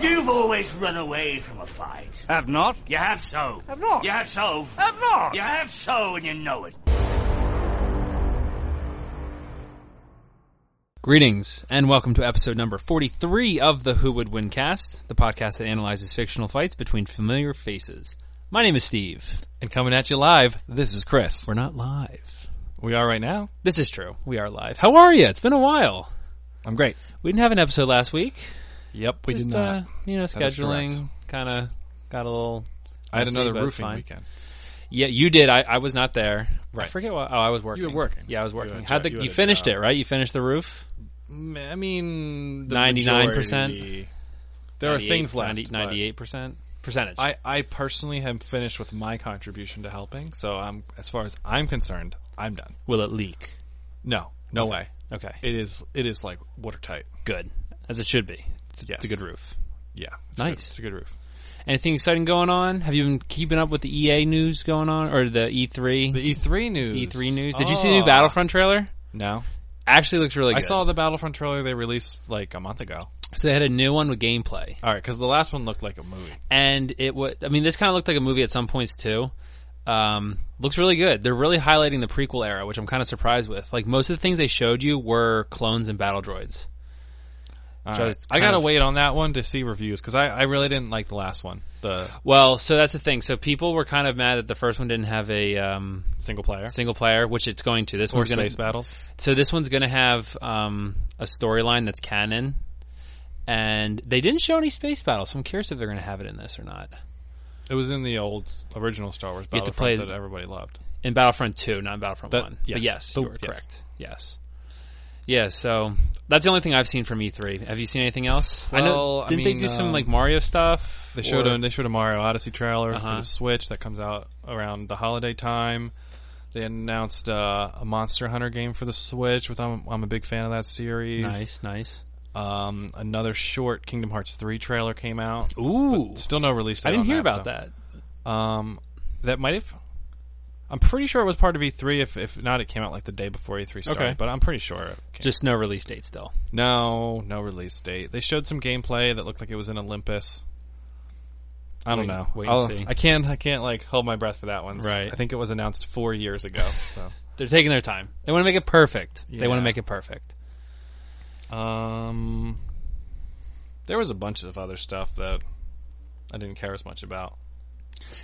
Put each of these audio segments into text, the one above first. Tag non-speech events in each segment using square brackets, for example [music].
You've always run away from a fight. Have not? You have so. Have not. You have so. Have not. You have so, and you know it. Greetings and welcome to episode number 43 of the Who Would Win cast, the podcast that analyzes fictional fights between familiar faces. My name is Steve. And coming at you live, this is Chris. We're not live. We are right now. This is true. We are live. How are you? It's been a while. I'm great. We didn't have an episode last week. Yep, we Just, did not. uh, you know, That is scheduling correct. kind of got a little. I had messy, another but it's roofing fine. weekend. Yeah, you did. I, I was not there. I Right. forget what. Oh, I was working. working. Yeah, I was You had working. a How'd job- the, you you, had a finished job. it, right? You finished the roof? M- I mean, 99%? majority- There are things left. 98 but 98%? Percentage. I, I personally have finished with my contribution to helping, so I'm, as far as I'm concerned, I'm done. Will it leak? No, no way. Okay. It is, it is like watertight. good. As it should be. It's, Yes. it's a good roof. Yeah. It's Nice. A good, it's a good roof. Anything exciting going on? Have you been keeping up with the EA news going on or the E E3? The E3 news. E3 E news. Did you see the new Oh. Battlefront trailer? No. Actually looks really I good. saw the Battlefront trailer they released like a month ago. so they had a new one with gameplay. All right, because the last one looked like a movie. And it was I mean this kind of looked like a movie at some points too. Um, looks really good. They're really highlighting the prequel era, which I'm kind of surprised with. Like most of the things they showed you were clones and battle droids. All So right. it's I kind gotta of- wait on that one to see reviews because I, I really didn't like the last one, the Well, so that's the thing. So people were kind of mad that the first one didn't have a um, single player single player, which it's going to. This or one's going space to battles. So this one's going to have um, a storyline that's canon, and they didn't show any space battles. So I'm curious if they're going to have it in this or not. It was in the old original Star Wars You have to Battlefront play as- that everybody loved. In Battlefront Two, not in Battlefront That- One. yes. But yes, The- you were yes. correct. Yes. Yeah, so that's the only thing I've seen from E3. Have you seen anything else? Well, I didn't mean, they do some um, like Mario stuff? They showed Or- a they showed a Mario Odyssey trailer for Uh-huh. the Switch that comes out around the holiday time. They announced uh, a Monster Hunter game for the Switch, which I'm, I'm a big fan of that series. nice, nice. Um, another short Kingdom Hearts three trailer came out. Ooh, Still no release date. I didn't on hear that, about so- that. Um, that might have. I'm pretty sure it was part of E3. If if not, it came out like the day before E3 started. Okay. But I'm pretty sure. It came. Just no release date still. no, no release date. They showed some gameplay that looked like it was in Olympus. I don't Wait- know. wait and I'll- see. I can't. I can't like hold my breath for that one. Right. I think it was announced four years ago. [laughs] So, They're taking their time. They want to make it perfect. They want Yeah. to make it perfect. um, there was a bunch of other stuff that I didn't care as much about.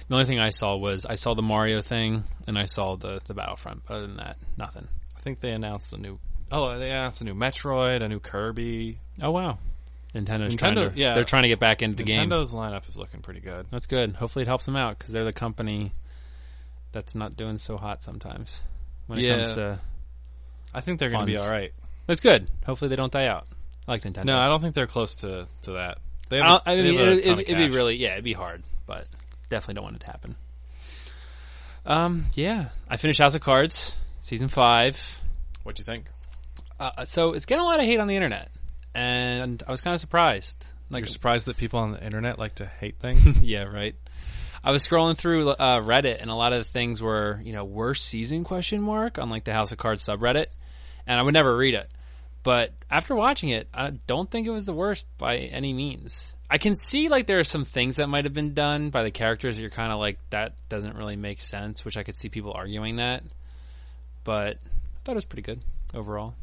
The only thing I saw was I saw the Mario thing and I saw the the Battlefront. But other than that, nothing. I think they announced a new. Oh, they announced a new Metroid, a new Kirby. Oh wow, Nintendo's Nintendo- trying to yeah. they're trying to get back into the game. Nintendo's lineup is looking pretty good. That's good. Hopefully it helps them out because they're the company that's not doing so hot sometimes when it Yeah. comes to. I think they're going to be funds. all right. That's good. Hopefully they don't die out. I like Nintendo. No, I don't think they're close to, to that. They I, have a- I they mean, have a it, ton it, of it'd be cash. really yeah, it'd be hard, but definitely don't want it to happen. Um, yeah, I finished House of Cards season five. What do you think? Uh, so it's getting a lot of hate on the internet, and I was kind of surprised. Like, You're surprised that people on the internet like to [laughs] hate [laughs] things? yeah, right. I was scrolling through uh, Reddit, and a lot of the things were, you know, worst season question mark on like the House of Cards subreddit, and I would never read it. But after watching it, I don't think it was the worst by any means. I can see like there are some things that might have been done by the characters that you're kind of like that doesn't really make sense, which I could see people arguing that. But I thought it was pretty good overall.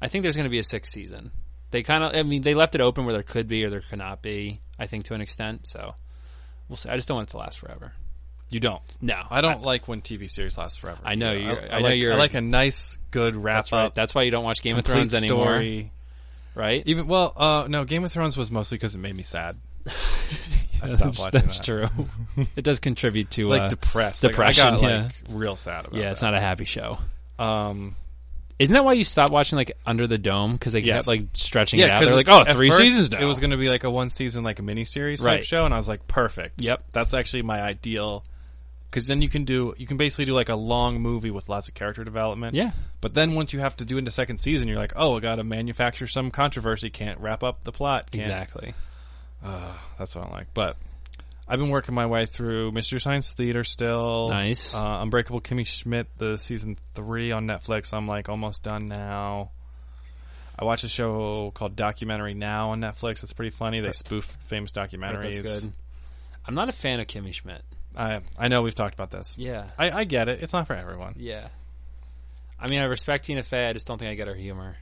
I think there's going to be a sixth season. They kind of, I mean, they left it open where there could be or there could not be. I think to an extent. So we'll see. I just don't want it to last forever. you don't. No, I don't like when TV series last forever. I know You you're- I, I know like, you're- I like a nice, good wrap That's right. up. That's why you don't watch Game of complete Thrones anymore, story. right? Even well, uh, no, Game of Thrones was mostly because it made [laughs] me sad. I stopped that's watching that's that. true. [laughs] it does contribute to Like uh, depressed. Like, Depression. I got yeah, like real sad about yeah. It's not a happy show. not. Um, Isn't that why you stopped watching like Under the Dome because they Yes. kept like stretching it Yeah, out? 'cause They're like, oh, at three first, seasons now. It was going to be like a one season, like a miniseries type Right. show, and I was like, perfect. Yep. that's actually my ideal. Because then you can do, you can basically do like a long movie with lots of character development. Yeah. But then once you have to do into second season, you're like, oh, I got to manufacture some controversy. Can't wrap up the plot. Can't. exactly. That's what I like. But I've been working my way through Mystery Science Theater still. Nice. Uh, Unbreakable Kimmy Schmidt, the season three on Netflix. I'm like almost done now. I watch a show called Documentary Now on Netflix. It's pretty funny. They spoof famous documentaries. That's good. I'm not a fan of Kimmy Schmidt. I I know we've talked about this. Yeah, I, I get it. It's not for everyone. yeah. I mean, I respect Tina Fey. I just don't think I get her humor.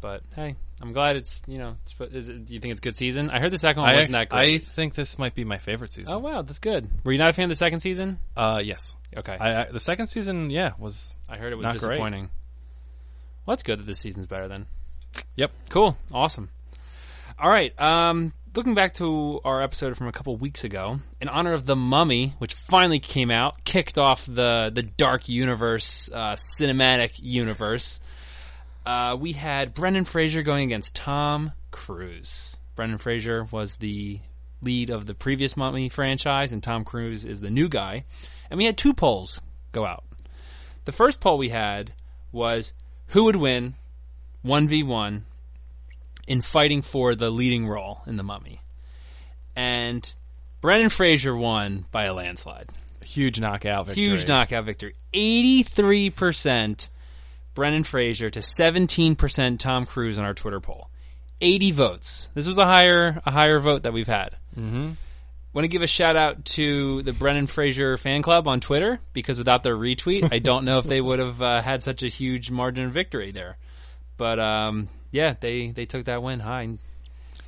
But hey, I'm glad it's you know. It's, but is it, do you think it's good season? I heard the second one I, wasn't that I great. think this might be my favorite oh season. wow, that's good. Were you not a fan of the second season? Uh, yes. Okay, I, I, I the second season, yeah, was heard it was not great. disappointing. Well, that's good that this season's better then. Yep. Cool. Awesome. All right. Um, looking back to our episode from a couple weeks ago, in honor of the Mummy, which finally came out, kicked off the the Dark Universe uh, cinematic universe. Uh, we had Brendan Fraser going against Tom Cruise. Brendan Fraser was the lead of the previous Mummy franchise, and Tom Cruise is the new guy. And we had two polls go out. The first poll we had was who would win 1v1 in fighting for the leading role in The Mummy. And Brendan Fraser won by a landslide. huge knockout victory. Huge knockout victory. 83% Brendan Fraser to 17% Tom Cruise on our Twitter poll. 80 votes. This was a higher a higher vote that we've had. Mm-hmm. Want to give a shout out to the Brendan Fraser fan club on Twitter because without their retweet, I don't know if they would have uh, had such a huge margin of victory there. But um, yeah, they they took that win high.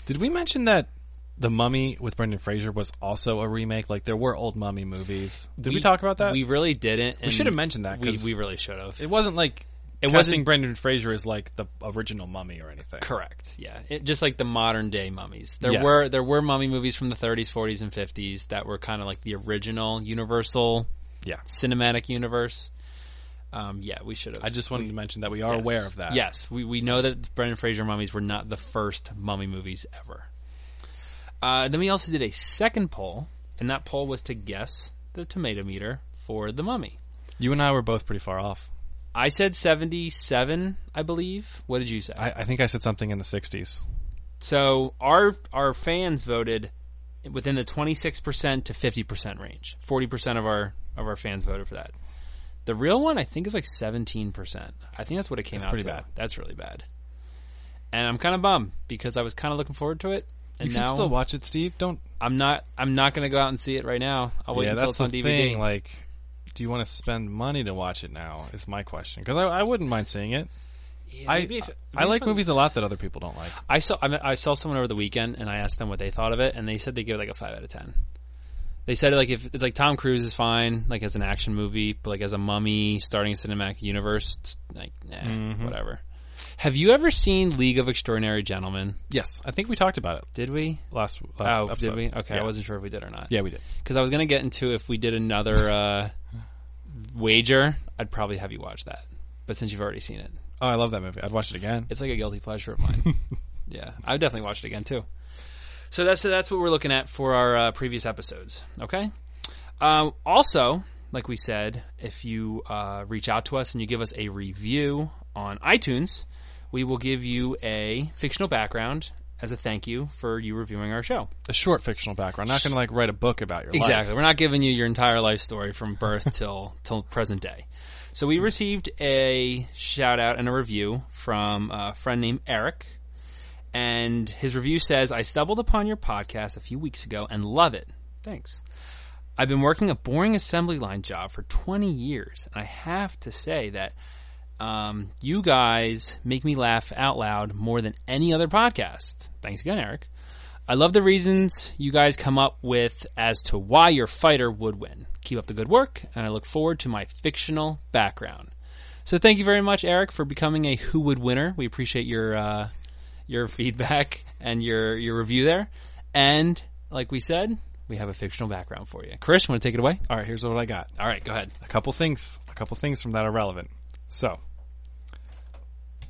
Did we mention that The Mummy with Brendan Fraser was also a remake? Like there were old Mummy movies. Did we, talk about that? We really didn't. and should have mentioned that, We, 'cause- we really should have. it wasn't like it wasn't- wasn't Brendan Fraser as like the original Mummy or anything. Correct. Yeah, it, just like the modern day mummies. There Yes. were there were mummy movies from the 30s, 40s, and 50s that were kind of like the original Universal Yeah. cinematic universe. Um, yeah, we should have. I just wanted to mention that we are Yes. aware of that. Yes, we we know that Brendan Fraser mummies were not the first mummy movies ever. Uh, then we also did a second poll, and that poll was to guess the tomato meter for the mummy. You and I were both pretty far off. I said 77, I believe. What did you say? I, I think I said something in the sixties. So our our fans voted within the 26% to 50% range. 40% of our of our fans voted for that. The real one I think is like 17%. I think that's what it came out pretty to. bad. That's really bad. And I'm kind of bummed because I was kind of looking forward to it. And You now can still watch it, Steve. Don't I'm not I'm not going to go out and see it right now. I'll wait Yeah, until that's it's the on DVD. thing. Like do you want to spend money to watch it now? Is my question because I, I wouldn't mind seeing it. Yeah, I maybe if- I maybe if like I'm- movies a lot that other people don't like. I saw I, mean, I saw someone over the weekend, and I asked them what they thought of it, and they said they give it like a five out of ten. They said like if like Tom Cruise is fine, like as an action movie, but like as a mummy starting a cinematic universe, it's like nah, whatever. Have you ever seen League of Extraordinary Gentlemen? Yes, I think we talked about it Did we? last last Oh, episode. did we? Okay, Yeah. I wasn't sure if we did or not. Yeah, we did. because I was gonna get into if we did another uh, wager, I'd probably have you watch that. But since you've already seen it, Oh, I love that movie. I'd watch it again. It's like a guilty pleasure of mine. yeah, I would definitely watch it again too. So that's so that's what we're looking at for our uh, previous episodes. Okay. Um, also, like we said, if you uh, reach out to us and you give us a review on iTunes, we will give you a fictional background as a thank you for you reviewing our show. a short fictional background. Not going to like write a book about your life. Exactly. We're not giving you your entire life story from [laughs] birth till till present day. So we received a shout out and a review from a friend named Eric, and his review says, "I stumbled upon your podcast a few weeks ago and love it. Thanks. I've been working a boring assembly line job for 20 years, and I have to say that." Um, you guys make me laugh out loud more than any other podcast. Thanks again, Eric. I love the reasons you guys come up with as to why your fighter would win. Keep up the good work, and I look forward to my fictional background. So thank you very much, Eric, for becoming a Who Would winner. We appreciate your uh, your feedback and your your review there. And like we said, we have a fictional background for you. Chris, want to take it away? All right, here's what I got. All right, go ahead. A couple things. A couple things from that are relevant. So,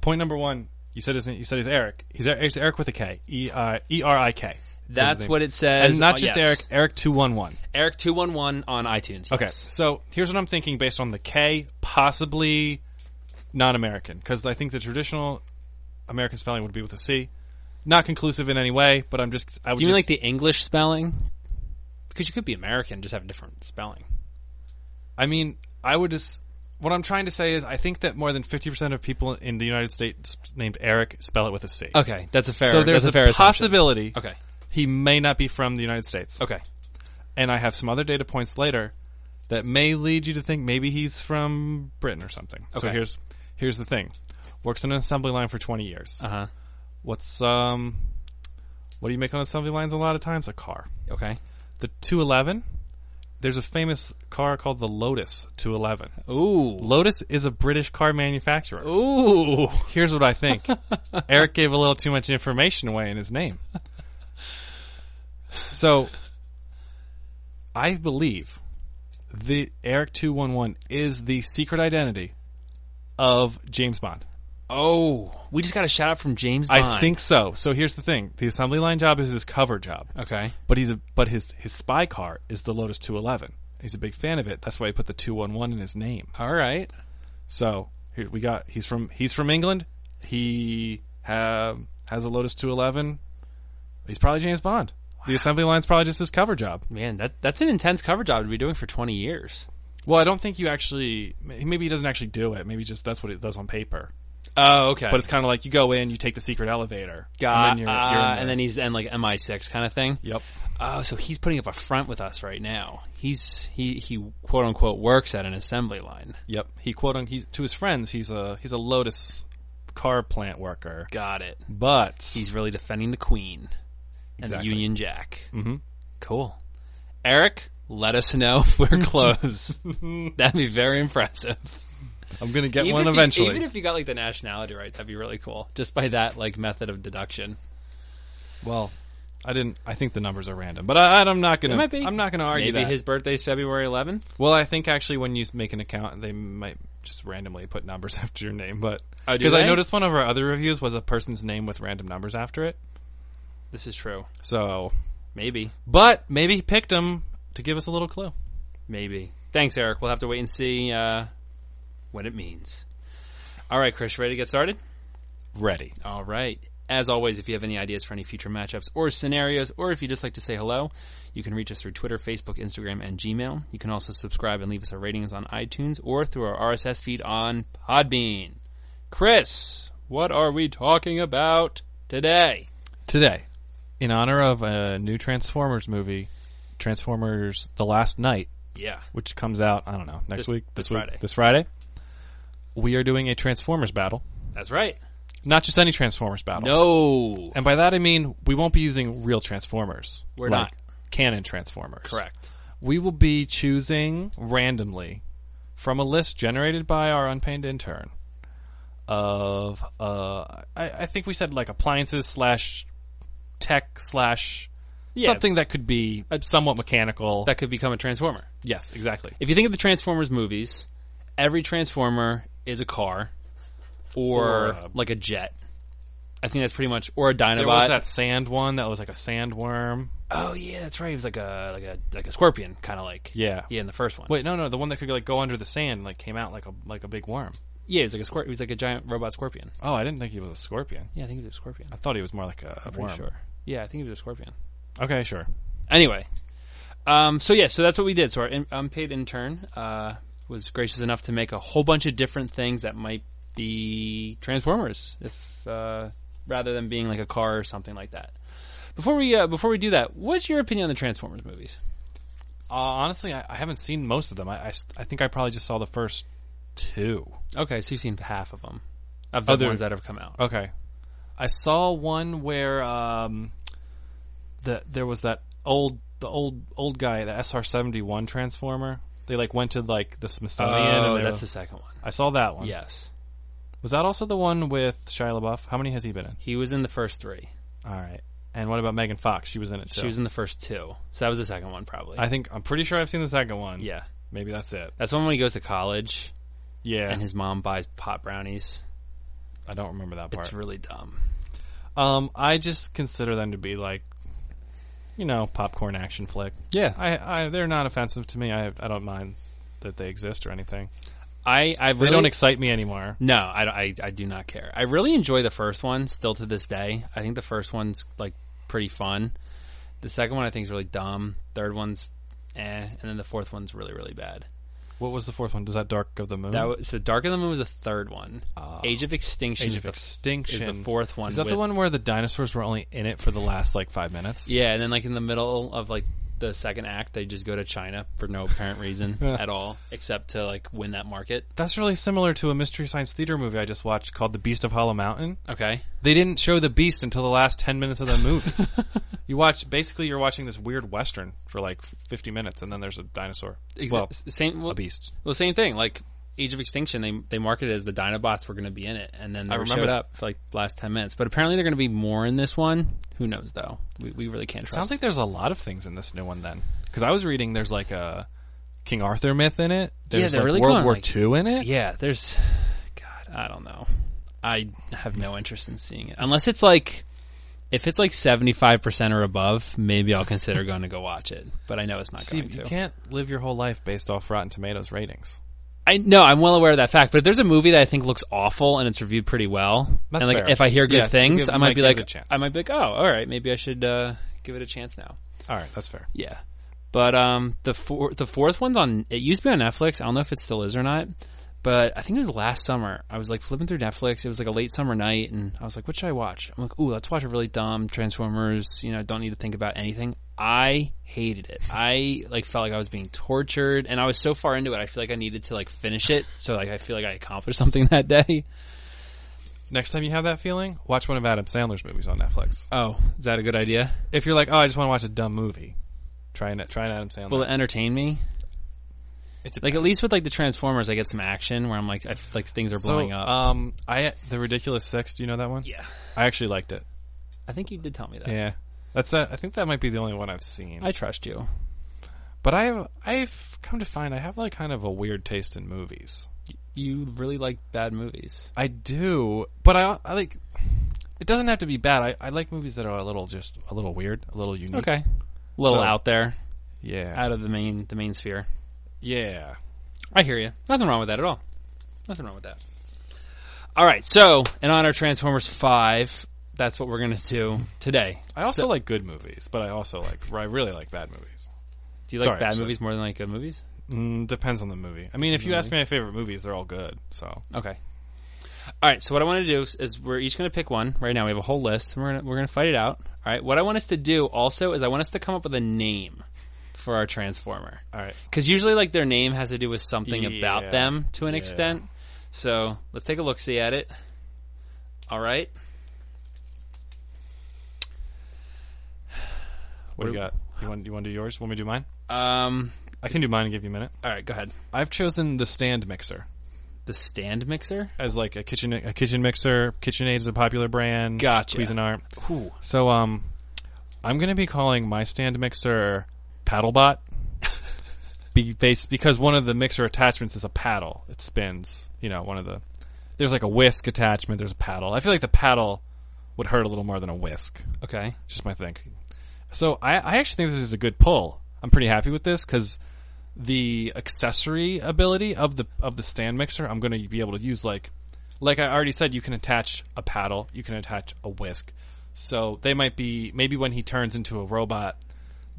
point number one, you said his you said he's Eric. He's Eric, it's Eric with a K. E I- E R I K. That's name. what it says. And not Oh, just yes. Eric, Eric two one one. Eric two one one on iTunes. Okay, yes. so here's what I'm thinking based on the K, possibly non-American, because I think the traditional American spelling would be with a C. Not conclusive in any way, but I'm just I would Do you mean like just, the English spelling? Because you could be American, just have a different spelling. I mean, I would just. What I'm trying to say is, I think that more than 50% of people in the United States named Eric spell it with a C. Okay, that's a fair. So there's that's a, a fair assumption. possibility Okay, he may not be from the United States. okay, And I have some other data points later that may lead you to think maybe he's from Britain or something. So Okay. here's here's the thing. Works on an assembly line for 20 years. uh huh, What's um what do you make on assembly lines a lot of times? A car. okay. The 211 there's a famous car called the Lotus 211. Oh. Ooh, Lotus is a British car manufacturer. ooh. Here's what I think. Eric gave a little too much information away in his name. So I believe the Eric 211 is the secret identity of James Bond. Oh, we just got a shout out from James. Bond. I think so. So here's the thing. The assembly line job is his cover job. Okay. But he's a, but his his spy car is the Lotus 211. He's a big fan of it. That's why he put the 211 in his name. All right. So here we got he's from he's from England. He have, has a Lotus 211. He's probably James Bond. The assembly line's probably just his cover job. Man, that that's an intense cover job to be doing for 20 years. Well, I don't think you actually. Maybe he doesn't actually do it. Maybe just that's what it does on paper. Oh, okay. But it's kind of like you go in, you take the secret elevator, got, and then you're, uh, you're in there. and then he's in like MI6 kind of thing. yep. Oh, so he's putting up a front with us right now. He's he he quote unquote works at an assembly line. Yep. He quote on he's to his friends, he's a he's a Lotus car plant worker. Got it. But He's really defending the Queen and the Exactly. Union Jack. Mm-hmm. Cool. Eric, let us know if [laughs] we're close. that'd be very impressive. I'm gonna get Even one if you- eventually. even if you got like the nationality right, that'd be really cool. Just by that like method of deduction. well, I didn't I think the numbers are random. But I I'm not gonna It might be. I'm not gonna argue Maybe that. his birthday's February 11th. well, I think actually when you make an account they might just randomly put numbers [laughs] after your name, but Oh, do because I they? noticed one of our other reviews was a person's name with random numbers after it. This is true. So Maybe. But maybe he picked him to give us a little clue. Maybe. Thanks, Eric. We'll have to wait and see uh, what it means. All right, Chris, ready to get started? Ready. All right. As always, if you have any ideas for any future matchups or scenarios, or if you just like to say hello, you can reach us through Twitter, Facebook, Instagram, and Gmail. You can also subscribe and leave us our ratings on iTunes or through our RSS feed on Podbean. Chris, what are we talking about today? today, in honor of a new Transformers movie, Transformers: The Last Night, Yeah. which comes out I don't know next This- week, this week, Friday. this Friday. We are doing a Transformers battle, That's right. not just any Transformers battle. No. and by that I mean we won't be using real Transformers. We're like not. canon Transformers. Correct. We will be choosing randomly from a list generated by our unpaid intern of uh, I, I think we said like appliances slash tech slash Yeah. something that could be somewhat mechanical. That could become a Transformer. yes, exactly. If you think of the Transformers movies, every Transformer is a car or, Or a- like a jet. I think that's pretty much or a There Dinobot. was that sand one that was like a sandworm. Oh yeah, that's right. He was like a like a like a scorpion kind of like. Yeah. Yeah, in the first one. Wait, no, no, the one that could like go under the sand and like came out like a like a big worm. Yeah, he was like a scorp. He was like a giant robot scorpion. Oh, I didn't think he was a scorpion. Yeah, I think he was a scorpion. I thought he was more like a, a pretty worm. sure. Yeah, I think he was a scorpion. Okay, sure. Anyway, um, so yeah, so that's what we did. So our in, unpaid intern uh, was gracious enough to make a whole bunch of different things that might be Transformers, if uh, rather than being like a car or something like that. Before we uh, before we do that, what's your opinion on the Transformers movies? Uh, honestly, I, I haven't seen most of them. I, I s- I think I probably just saw the first two. Okay, so you've seen half of them of the Other- ones that have come out. Okay. I saw one where um the there was that old the old old guy, the SR seventy one transformer. They like went to like the Smithsonian oh, and they that's were- the second one. I saw that one. Yes, Was that also the one with Shia LaBeouf? How many has he been in? he was in the first three. All right. And what about Megan Fox? She was in it too. She was in the first two, so that was the second one probably. I think I'm pretty sure I've seen the second one. yeah, Maybe that's it. that's one when he goes to college. Yeah, and his mom buys pot brownies. I don't remember that part. It's really dumb. um, I just consider them to be like, you know, popcorn action flick. Yeah. I, I they're not offensive to me. I I don't mind that they exist or anything. I I They really don't excite me anymore. No, I, I, I do not care. I really enjoy the first one still to this day. I think the first one's like pretty fun. The second one I think is really dumb. Third one's eh, and then the fourth one's really really bad. What was the fourth one? Does that Dark of the Moon? That was so Dark of the Moon was the third one. Age of Extinction. Ah. Age is of the, Extinction is the fourth one Is that with- the one where the dinosaurs were only in it for the last like five minutes? Yeah, and then like in the middle of like the second act, they just go to China for no apparent [laughs] reason at all, except to like win that market. That's really similar to a mystery science theater movie I just watched called The Beast of Hollow Mountain. Okay. They didn't show the beast until the last ten minutes of [laughs] the movie. you watch basically you're watching this weird western for like fifty minutes, and then there's a dinosaur. Exa- well, same well, a beast. Well, same thing. Like Age of Extinction, they they marketed it as the Dinobots were going to be in it, and then they I were remember showed that. up for like the last ten minutes. But apparently, they're going to be more in this one. Who knows though? We, we really can't trust. Sounds like there's a lot of things in this new one then, because I was reading there's like a King Arthur myth in it. There's they're like really World going, War like- Two II in it. yeah, there's. God, I don't know. I have no interest in seeing it unless it's like. If it's like seventy five percent or above, maybe I'll consider going to go watch it. But I know it's not Steve, going to. you can't live your whole life based off Rotten Tomatoes ratings. I no, I'm well aware of that fact. But if there's a movie that I think looks awful and it's reviewed pretty well, That's and like fair. if I hear good Yeah, things, give- I might might be give like, it a chance. I might be like, oh, all right, maybe I should uh, give it a chance now. All right, that's fair. Yeah, but um, the four, the fourth one's on. It used to be on Netflix. I don't know if it still is or not. But I think it was last summer. I was like flipping through Netflix. It was like a late summer night, and I was like, "What should I watch?" I'm like, "Ooh, let's watch a really dumb Transformers." You know, don't need to think about anything. I hated it. I like felt like I was being tortured, and I was so far into it. I feel like I needed to like finish it, so like I feel like I accomplished [laughs] something that day. Next time you have that feeling, watch one of Adam Sandler's movies on Netflix. Oh, is that a good idea? If you're like, oh, I just want to watch a dumb movie, try an try an Adam Sandler. Will it entertain me? It Like at least with like the Transformers, I get some action where I'm like, I, like things are So, blowing up. Um, I the ridiculous six. Do you know that one? yeah. I actually liked it. I think you did tell me that. Yeah, that's that. I think that might be the only one I've seen. I trust you. but I've I've come to find I have like kind of a weird taste in movies. You really like bad movies. I do, but I, I like. It doesn't have to be bad. I, I like movies that are a little just a little weird, a little unique. Okay. A little Mm. So- out there, Yeah. out of the main the main sphere. yeah. I hear you. Nothing wrong with that at all. Nothing wrong with that. All right. So, in honor of Transformers 5, that's what we're going to do today. I also So- like good movies, but I also like I really like bad movies. Do you like sorry, bad so- movies more than like good movies? Mm, depends on the movie. I mean, if you ask me my favorite movies, they're all good. So Okay. All right. So what I want to do is- is we're each going to pick one right now. We have a whole list. And we're gonna, we're going to fight it out. All right. What I want us to do also is I want us to come up with a name for our transformer. all right. Because usually, like their name has to do with something about Yeah. them to an Yeah. extent. So let's take a look, see at it. All right. What do you got? You want you want to do yours? Want me to do mine? Um. I can do mine and give you a minute. All right. Go ahead. I've chosen the stand mixer The stand mixer. as like a kitchen a kitchen mixer. KitchenAid is a popular brand. Gotcha. Cuisinart. So um, I'm gonna be calling my stand mixer Paddlebot. be based because one of the mixer attachments is a paddle. It spins. You know, one of the there's like a whisk attachment. There's a paddle. I feel like the paddle would hurt a little more than a whisk. Okay. It's just my thing. So I, I actually think this is a good pull. I'm pretty happy with this because the accessory ability of the of the stand mixer, I'm going to be able to use like like I already said, you can attach a paddle, you can attach a whisk. So they might be maybe when he turns into a robot,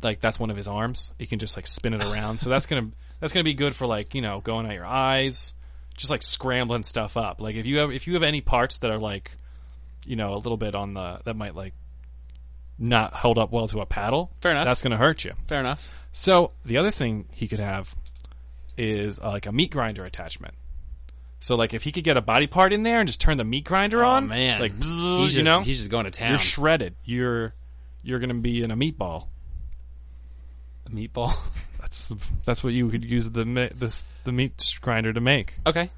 like that's one of his arms. You can just like spin it around. so that's gonna that's gonna be good for like you know going at your eyes, just like scrambling stuff up. Like if you have if you have any parts that are like you know a little bit on the that might like not hold up well to a paddle. Fair enough. That's gonna hurt you. Fair enough. So the other thing he could have is uh, like a meat grinder attachment. So like if he could get a body part in there and just turn the meat grinder Oh on, man. like he's just, you know, he's just going to town. you're shredded. You're you're gonna be in a meatball. Meatball. [laughs] That's that's what you could use the mi- this the meat grinder to make. okay.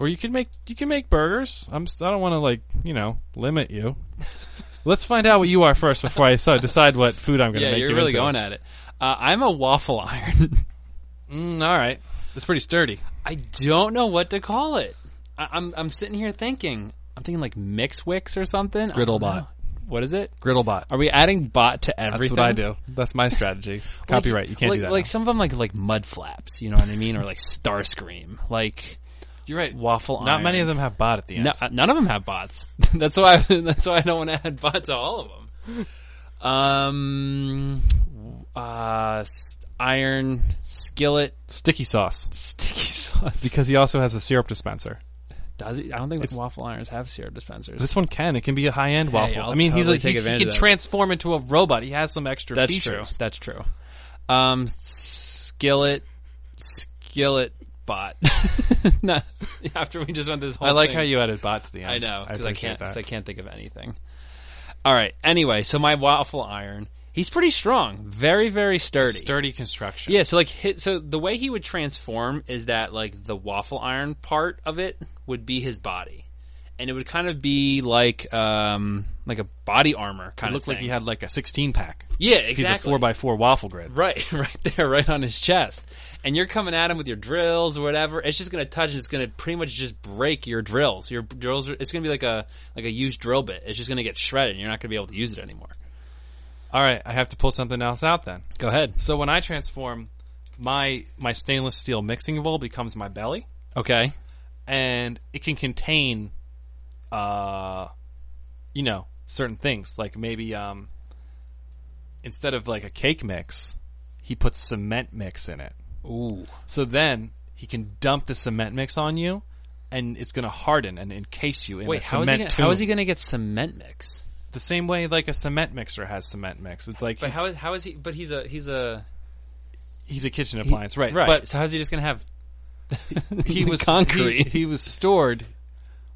Or you could make you can make burgers. I'm s- I don't want to like you know [laughs] limit you. Let's find out what you are first before I so- decide what food I'm gonna Yeah, make. you're you really into. going at it. Uh, I'm a waffle [laughs] iron. Mm, all right. It's pretty sturdy. I don't know what to call it. I, I'm I'm sitting here thinking. I'm thinking like Mixwix or something. I don't Griddlebot. know. What is it? Griddlebot. Are we adding bot to That's everything? what I do. That's my strategy. Like- Copyright. you can't like, do that. Like now. some of them, like like mud flaps. You know what I mean? Or like Starscream. Like You're right. waffle Not iron. many of them have bot at the end. no, uh, none of them have bots. [laughs] that's why. that's why I don't want to add bots to all of them. Um, uh, s- iron skillet, [laughs] Sticky sauce. sticky sauce. Because he also has a syrup dispenser. Does it? I don't think It's- waffle irons have syrup dispensers. This one can. It can be a high end waffle. I'll I mean, he's totally like take he's, advantage he can of that. transform into a robot. He has some extra That's true. features. That's true. Um, skillet, skillet bot. [laughs] no, after we just went this whole. I like thing. how you added bot to the end. I know because I, appreciate can't. That. 'cause I can't think of anything. All right. Anyway, so my waffle iron. He's pretty strong. Very very sturdy. Sturdy construction. Yeah. So like, hit, so the way he would transform is that like the waffle iron part of it would be his body, and it would kind of be like um like a body armor kind It of looked thing. like he had like a 16 pack. yeah He's exactly a four by four waffle grid. Right, [laughs] right there, right on his chest. And you're coming at him with your drills or whatever. It's just going to touch. and It's going to pretty much just break your drills. Your drills. Are, it's going to be like a like a used drill bit. It's just going to get shredded. and You're not going to be able to use it anymore. All right, I have to pull something else out then. Go ahead. So when I transform, my my stainless steel mixing bowl becomes my belly, Okay. and it can contain, uh, you know, certain things like maybe um, instead of like a cake mix, he puts cement mix in it. Ooh. So then he can dump the cement mix on you, and it's going to harden and encase you in Wait. a How is, cement he gonna, tomb. how is he going to get cement mix? the same way like a cement mixer has cement mix? It's like But it's- how is how is he? But he's a he's a he's a kitchen appliance, right? right. But so how's he just going to have? he was concrete. He, he was stored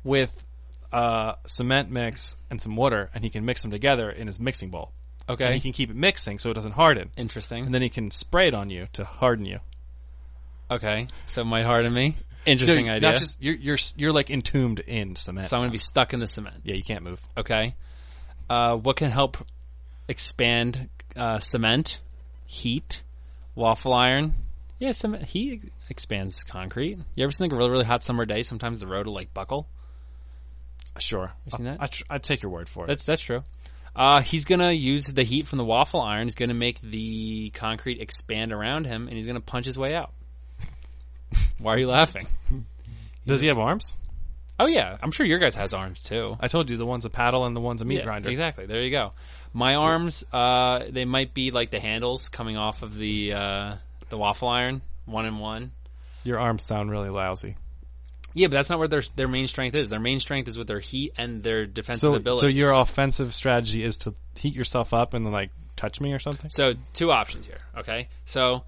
with uh, cement mix and some water, and he can mix them together in his mixing bowl. And Okay. he can keep it mixing so it doesn't harden, Interesting. and then he can spray it on you to harden you. okay. So it might harden me. Interesting You're- idea. Not just you're you're s- you're like entombed in cement. so I'm going to be stuck in the cement. yeah, you can't move. Okay. Uh, what can help expand uh, cement? Heat, waffle iron. Yeah, cement heat expands concrete. You ever seen like a really really hot summer day? Sometimes the road will like buckle. Sure, you seen that? I, tr- I take your word for it. That's that's true. Uh, he's gonna use the heat from the waffle iron. He's gonna make the concrete expand around him, and he's gonna punch his way out. [laughs] Why are you laughing? Does he have arms? Oh yeah, I'm sure your guys has arms too. I told you the one's a paddle and the one's a meat grinder. Exactly. There you go. My arms, uh, they might be like the handles coming off of the uh, the waffle iron, one and one. Your arms sound really lousy. Yeah, but that's not where their their main strength is. Their main strength is with their heat and their defensive So abilities. so your offensive strategy is to heat yourself up and then like touch me or something. So two options here. Okay. So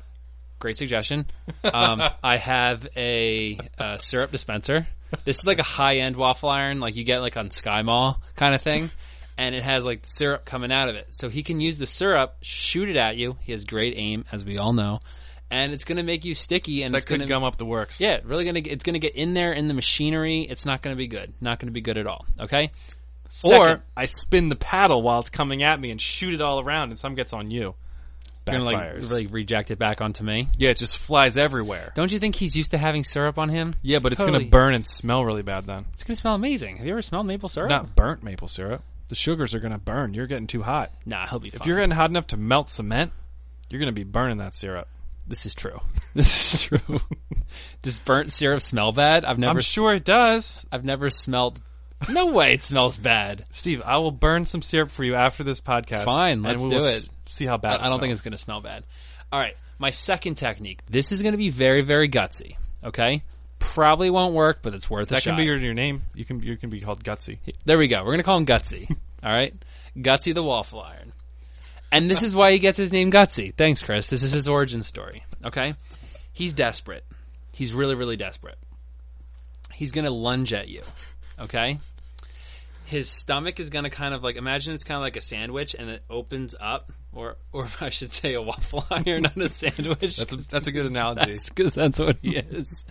great suggestion. [laughs] Um, I have a, uh syrup dispenser. This is like a high end waffle iron, like you get like on Sky Mall kind of thing. And it has like syrup coming out of it. So he can use the syrup, shoot it at you. He has great aim, as we all know. And it's going to make you sticky and it's That going could to gum up the works. yeah, really gonna it's gonna get in there in the machinery. It's not gonna be good. Not gonna be good at all. Okay. Second- Or I spin the paddle while it's coming at me and shoot it all around, and some gets on you. you're gonna like Backfires. really reject it back onto me. yeah, it just flies everywhere. Don't you think he's used to having syrup on him? yeah, but it's totally- gonna burn and smell really bad then. It's gonna smell amazing. Have you ever smelled maple syrup? Not burnt maple syrup. The sugars are gonna burn. You're getting too hot. Nah, he'll be fine. If you're getting hot enough to melt cement, you're gonna be burning that syrup. this is true. [laughs] This is true. [laughs] Does burnt syrup smell bad? I've never. I'm sure it does, I've never smelled. No way, it smells bad. Steve. I will burn some syrup for you after this podcast. Fine, and let's we do will it. s- See how I, bad. I don't think it's gonna smell bad. All right, my second technique. This is gonna be very, very gutsy. Okay, probably won't work, but it's worth a that shot. can be your, your name. You can you can be called gutsy. There we go. We're gonna call him [laughs] Gutsy. All right, Gutsy the Waffle Iron, and this is why he gets his name Gutsy. Thanks, Chris. This is his origin story. Okay, he's desperate. He's really, really desperate. He's gonna lunge at you. Okay, his stomach is gonna kind of like imagine it's kind of like a sandwich, and it opens up, or or [laughs] I should say a waffle [laughs] iron on a sandwich. That's a, that's a good [laughs] analogy. That's because that's what he is.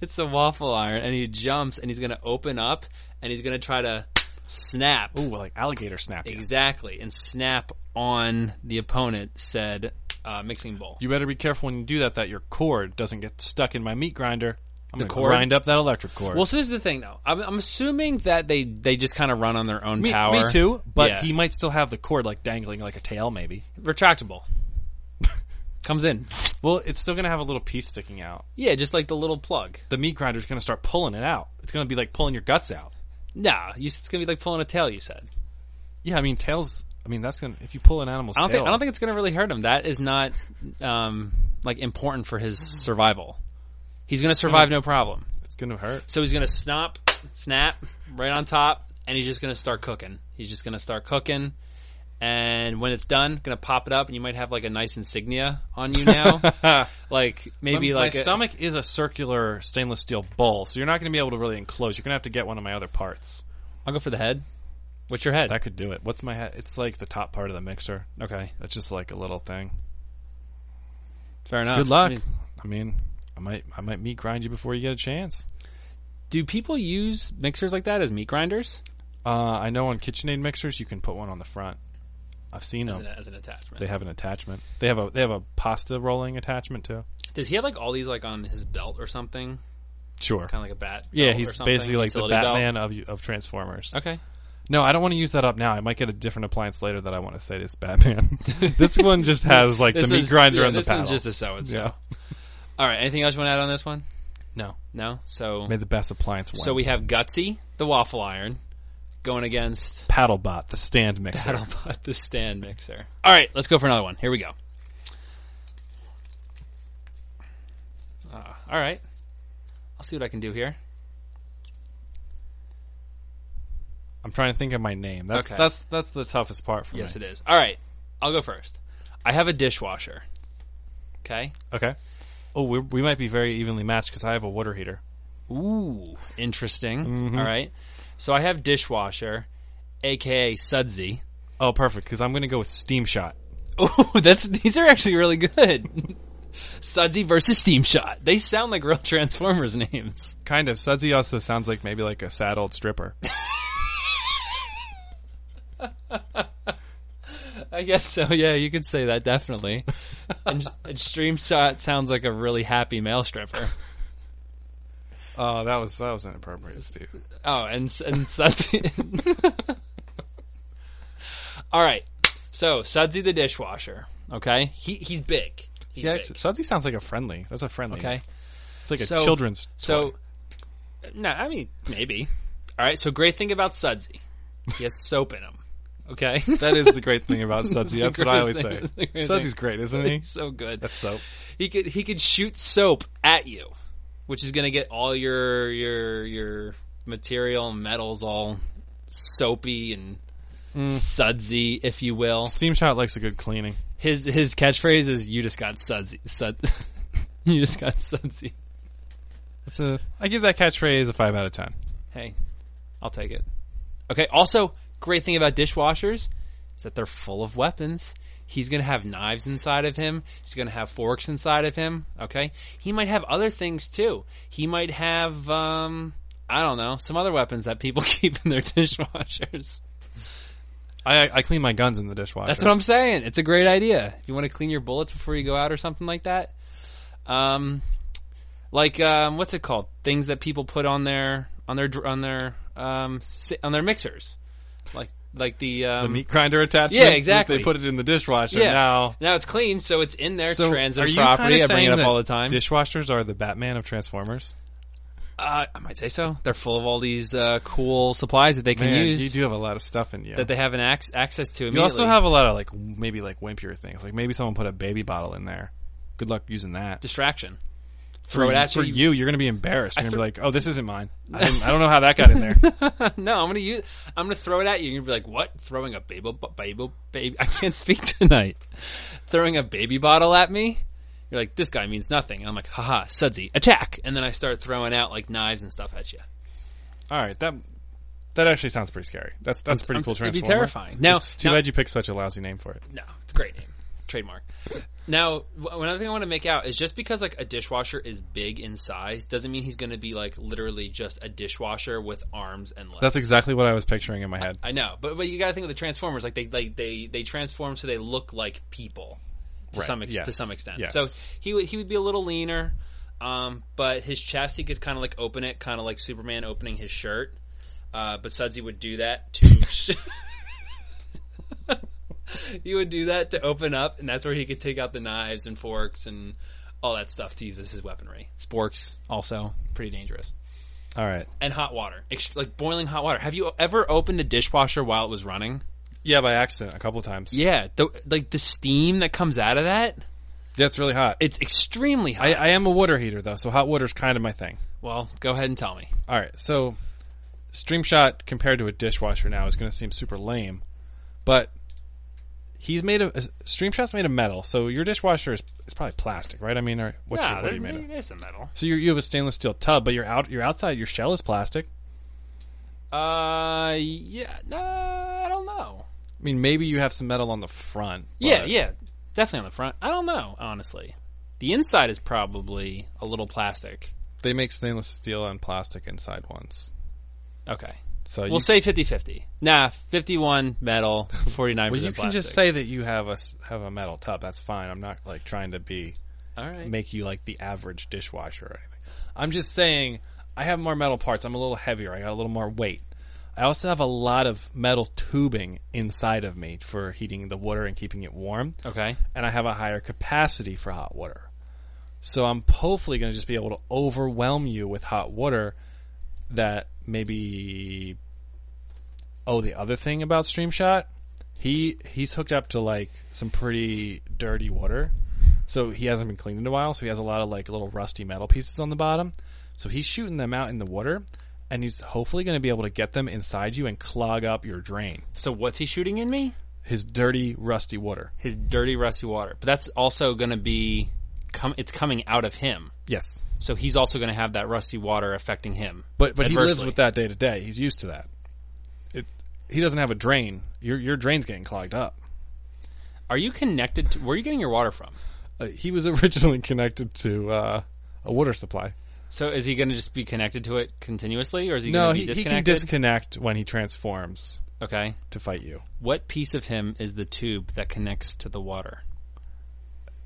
It's a waffle iron, and he jumps, and he's going to open up, and he's going to try to snap Ooh, like alligator snapping. exactly, and snap on the opponent. Said uh, mixing bowl. You better be careful when you do that that your cord doesn't get stuck in my meat grinder. I'm The gonna cord? grind up that electric cord. Well, so this is the thing, though. I'm, I'm assuming that they they just kind of run on their own me, power. me too. But Yeah. he might still have the cord like dangling like a tail, maybe. [laughs] retractable. Comes in. Well, it's still gonna have a little piece sticking out. Yeah, just like the little plug. The meat grinder's gonna start pulling it out. It's gonna be like pulling your guts out. Nah, you, it's gonna be like pulling a tail. You said. Yeah, I mean tails. I mean that's gonna if you pull an animal's I don't tail. think I don't think it's gonna really hurt him. That is not um, like important for his survival. He's gonna survive no problem. it's gonna [laughs] hurt. So he's gonna snap, snap right on top, and he's just gonna start cooking. He's just gonna start cooking, and when it's done, gonna pop it up, and you might have like a nice insignia on you [laughs] now, like maybe Um, my, like my a- stomach is a circular stainless steel bowl, so you're not gonna be able to really enclose. You're gonna have to get one of my other parts. I'll go for the head. What's your head? That could do it. What's my head? It's like the top part of the mixer. okay, That's just like a little thing. fair enough. Good luck. I mean, I mean, I might I might meat grind you before you get a chance. do people use mixers like that as meat grinders Uh, I know on KitchenAid mixers you can put one on the front. I've seen as, an, them. as an attachment? They have an attachment. They have a they have a pasta rolling attachment too. Does he have like all these like on his belt or something? Sure. Kind of like a bat. yeah, belt or he's something, basically like the utility belt? Batman of of Transformers. Okay. No, I don't want to use that up now. I might get a different appliance later that I want to say is [laughs] Batman. this one just has like the This meat is- grinder yeah, and the this paddle. is just a so and yeah. so. All right. Anything else you want to add on this one? No, No. So made the best appliance. Win. so we have Gutsy, the waffle iron, going against [laughs] Paddlebot, the stand mixer. Battlebot, the stand mixer. All right. Let's go for another one. Here we go. Uh, all right. I'll see what I can do here. I'm trying to think of my name. That's Okay. that's that's the toughest part for Yes, me. it is. All right, I'll go first. I have a dishwasher. Okay. Okay. Oh, we we might be very evenly matched because I have a water heater. Ooh, interesting. All right. So I have dishwasher, aka Sudsy. [laughs] Oh, perfect. Because I'm going to go with Steam Shot. Oh, that's these are actually really good. [laughs] Sudsy versus Steam Shot. They sound like real [laughs] Transformers names. Kind of. Sudsy also sounds like maybe like a sad [laughs] old stripper. I guess so. Yeah, you could say that definitely. and, and Stream Shot sounds like a really happy male stripper. oh, that was that was inappropriate, Steve. Oh, and and Sudsy. [laughs] All right, so Sudsy the dishwasher. Okay, he he's big. He's Yeah, big. actually, Sudsy sounds like a friendly. That's a friendly. okay, It's like a So- children's. so toy. no, I mean maybe. All right, so great thing about Sudsy, he has soap in him. Okay, [laughs] that is the great thing about Sudsy. That's what I always greatest thing. [laughs] That's the say. greatest Sudsy's thing. great, isn't he? so good. That's soap. He could he could shoot soap at you, which is gonna get all your your your material and metals all soapy and sudsy, if you will. Steam Shot likes a good cleaning. His his catchphrase is "You just got sudsy." Sud- [laughs] you just got sudsy. That's a. I give that catchphrase a five out of ten. Hey, I'll take it. Okay. Also, great thing about dishwashers is that they're full of weapons. He's gonna have knives inside of him. He's gonna have forks inside of him. Okay. He might have other things too. He might have um, I don't know, some other weapons that people [laughs] keep in their dishwashers. I I clean my guns in the dishwasher. That's what I'm saying. It's a great idea. If you want to clean your bullets before you go out or something like that. Um, like um, what's it called? Things that people put on their on their dr- on their um si- on their mixers, like like the um, the meat grinder attachment. Yeah, exactly. They put it in the dishwasher. Yeah. Now Now it's clean, so it's in there. So, are transit you property. kinda I bring it saying up that all the time. Dishwashers are the Batman of Transformers. uh, I might say so. They're full of all these uh, cool supplies that they can Man, use you do have a lot of stuff in you. that they have an ac- access to. you Immediately. also have a lot of like maybe like wimpier things. Like maybe someone put a baby bottle in there. Good luck using that. distraction. Throw it at for you. you. You're going to be embarrassed. You're going to threw- be like, "Oh, this [laughs] isn't mine. I, didn't, I don't know how that got in there." No, I'm gonna use. I'm gonna throw it at you. You're gonna be like, "What? Throwing a baby, bo- baby, baby? I can't speak [laughs] tonight. Throwing a baby bottle at me? You're like, this guy means nothing." And I'm like, "Haha, sudsy, attack!" And then I start throwing out like knives and stuff at you. All right, that that actually sounds pretty scary. That's that's pretty I'm- cool. um, it'd Transformer. be terrifying. Now- it's too now- bad you picked such a lousy name for it. No, it's a great name, trademark. now, w- another thing I want to make out is just because like a dishwasher is big in size doesn't mean he's gonna be like literally just a dishwasher with arms and legs. That's exactly what I was picturing in my head. I know, but but you got to think of the Transformers. Like they like they they transform so they look like people, to Right, some ex- yes, to some extent. yes. So he would he would be a little leaner, um, but his chest he could kind of like open it, kind of like Superman opening his shirt. Uh, but Sudsy would do that to. [laughs] he would do that to open up, and that's where he could take out the knives and forks and all that stuff to use as his weaponry. Sporks also pretty dangerous. All right. And hot water, Ext- like boiling hot water. Have you ever opened a dishwasher while it was running? Yeah, by accident a couple of times. Yeah, the, like the steam that comes out of that, That's really hot. it's extremely hot. I, I am a water heater though, so hot water's kind of my thing. well, go ahead and tell me. All right, so Stream Shot compared to a dishwasher now is going to seem super lame, but he's made of Stream Shot's made of metal, so your dishwasher is, is probably plastic, right? I mean, or what's your, what are you made of? there's some metal. So you you have a stainless steel tub, but your out your outside your shell is plastic. Uh, yeah, no, I don't know. I mean, maybe you have some metal on the front. Yeah, but- yeah, definitely on the front. I don't know, honestly. The inside is probably a little plastic. They make stainless steel and plastic inside ones. Okay. So We'll you, say 50-50. Nah, 51 metal, 49 well, you percent plastic. can just say that you have a s- have a metal tub. That's fine. I'm not like trying to be All right. make you like the average dishwasher or anything. I'm just saying I have more metal parts. I'm a little heavier. I got a little more weight. I also have a lot of metal tubing inside of me for heating the water and keeping it warm. Okay. And I have a higher capacity for hot water. So I'm hopefully going to just be able to overwhelm you with hot water that maybe Oh, the other thing about Stream Shot, he he's hooked up to like some pretty dirty water. So he hasn't been cleaned in a while, so he has a lot of like little rusty metal pieces on the bottom. So he's shooting them out in the water and he's hopefully going to be able to get them inside you and clog up your drain. So what's he shooting in me? His dirty rusty water. His dirty, rusty water. But that's also going to be... Com- it's coming out of him. Yes. So he's also going to have that rusty water affecting him. But but he lives Adversely. with that day to day. He's used to that. It, he doesn't have a drain. Your your drain's getting clogged up. Are you connected to... Where are you getting your water from? Uh, he was [laughs] originally connected to uh, a water supply. So is he going to just be connected to it continuously, or is he No, going to be he, he can disconnected? disconnect when he transforms okay. to fight you. What piece of him is the tube that connects to the water?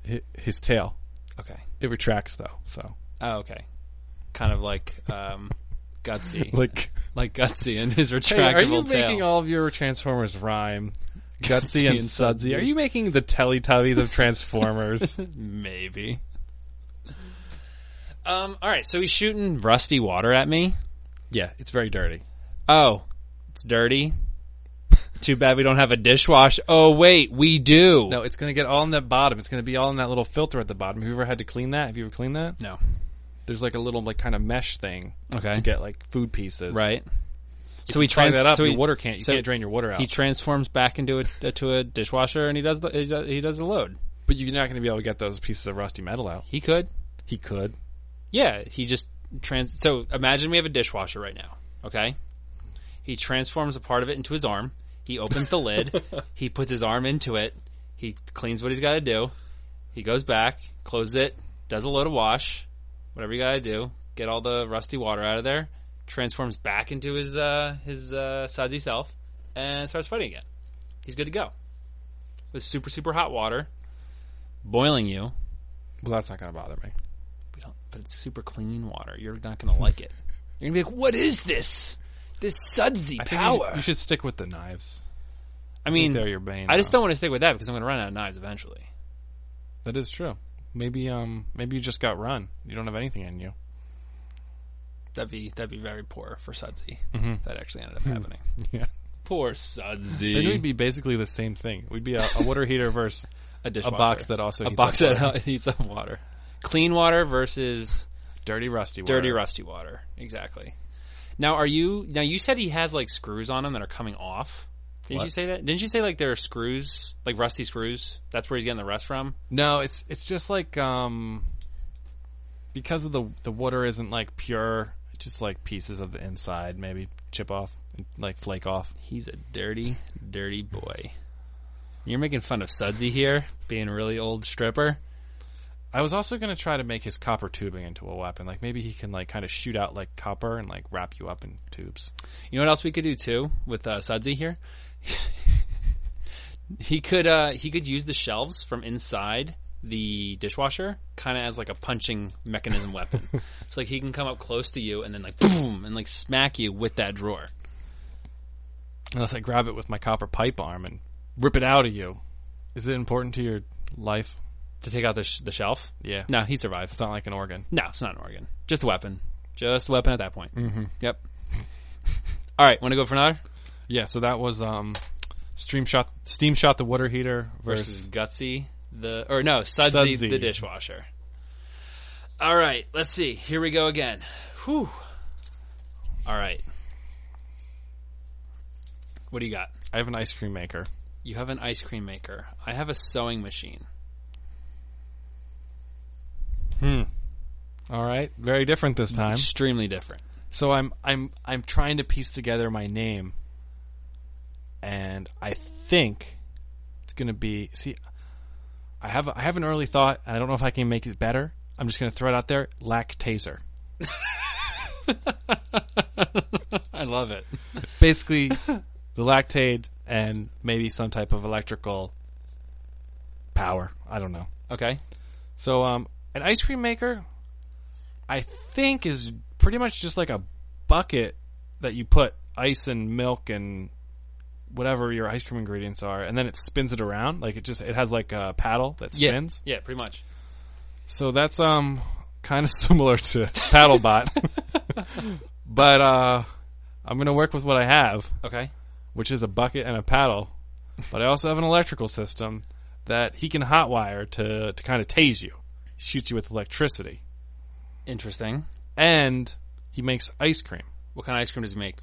Hi- His tail Okay. it retracts though, so Oh, okay. Kind of like um, [laughs] Gutsy, like, [laughs] like Gutsy and his retractable hey, are you tail. making all of your Transformers rhyme? Gutsy Gutsy and and Sudsy. Sudsy. Are you making the Teletubbies [laughs] of [laughs] Transformers? Maybe. Um. All right. So he's shooting rusty water at me. yeah, it's very dirty. Oh, it's dirty. Too bad we don't have a dishwash. Oh wait, we do. No, it's going to get all in that bottom. It's going to be all in that little filter at the bottom. Have you ever had to clean that? Have you ever cleaned that? No. There's like a little like kind of mesh thing Okay. to get like food pieces. Right. So he Try trans- that up. So your he, water can't. You so can't drain your water out. He transforms back into a to a dishwasher and he does the he does, he does the load. but you're not going to be able to get those pieces of rusty metal out. He could. He could. Yeah, he just trans. So imagine we have a dishwasher right now. Okay, he transforms a part of it into his arm. He opens the lid. He puts his arm into it. He cleans what he's got to do. He goes back, closes it, does a load of wash, whatever you got to do, get all the rusty water out of there. Transforms back into his uh, his uh, sudsy self and starts fighting again. He's good to go with super super hot water boiling you. Well, that's not going to bother me. We don't, but it's super clean water. You're not going to like it. You're going to be like, what is this? This sudsy I think you power. should- You should stick with the knives. I mean, they're your bane, I just though. don't want to stick with that because I'm going to run out of knives eventually. That is true. Maybe um maybe you just got run. You don't have anything [laughs] in you. That'd be that'd be very poor for sudsy. Mm-hmm. if That actually ended up happening. Yeah. Poor Then we'd sudsy. be basically the same thing. We'd be a, a water heater versus A, [laughs] a dishwasher. box that also a heats up box water. [laughs] that heats up water. Clean water versus dirty rusty water. dirty rusty water. Exactly. Now, are you now? You said he has like screws on him that are coming off. Didn't you What? say that? Didn't you say like there are screws, like rusty screws? That's where he's getting the rust from. No, it's it's just like um because of the the water isn't like pure, it's just like pieces of the inside maybe chip off, like flake off. He's a dirty, dirty boy. You're making fun of Sudsy here, being a really old stripper. I was also going to try to make his copper tubing into a weapon. Like maybe he can like kind of shoot out like copper and like wrap you up in tubes. You know what else we could do too with uh, Sudsy [laughs] here? he could uh, he could use the shelves from inside the dishwasher kind of as like a punching mechanism weapon. It's like he can come up close to you and then like boom and like smack you with that drawer. Unless I grab it with my copper pipe arm and rip it out of you. Is it important to your life? to take out the, sh- the shelf. Yeah. No, he survived. It's not like an organ. No, it's not an organ. Just a weapon. Just a weapon at that point. Mm-hmm. Yep. [laughs] All right. Want to go for another Yeah, so that was um Stream shot steam shot the water heater versus versus Gutsy the or no Sudsy, Sudsy. the dishwasher. All right. Let's see. Here we go again. Whew. All right. What do you got? I have an ice cream maker. You have an ice cream maker. I have a sewing machine. All right. Very different this time. Extremely different. So I'm I'm I'm trying to piece together my name, and I think it's gonna be. See, I have I have an early thought, and I don't know if I can make it better. I'm just gonna throw it out there. Lack taser. I love it. Basically, the lactate and maybe some type of electrical power. I don't know. Okay. So um, an ice cream maker, I think, is pretty much just like a bucket that you put ice and milk and whatever your ice cream ingredients are, and then it spins it around. Like it just it has like a paddle that Yeah. spins. Yeah. Pretty much. So that's um kind of [laughs] similar to Paddlebot, [laughs] but uh, I'm gonna work with what I have, Okay. which is a bucket and a paddle. But I also have an electrical system that he can hotwire to to kind of tase you, shoots you with electricity Interesting. and he makes ice cream. What kind of ice cream does he make?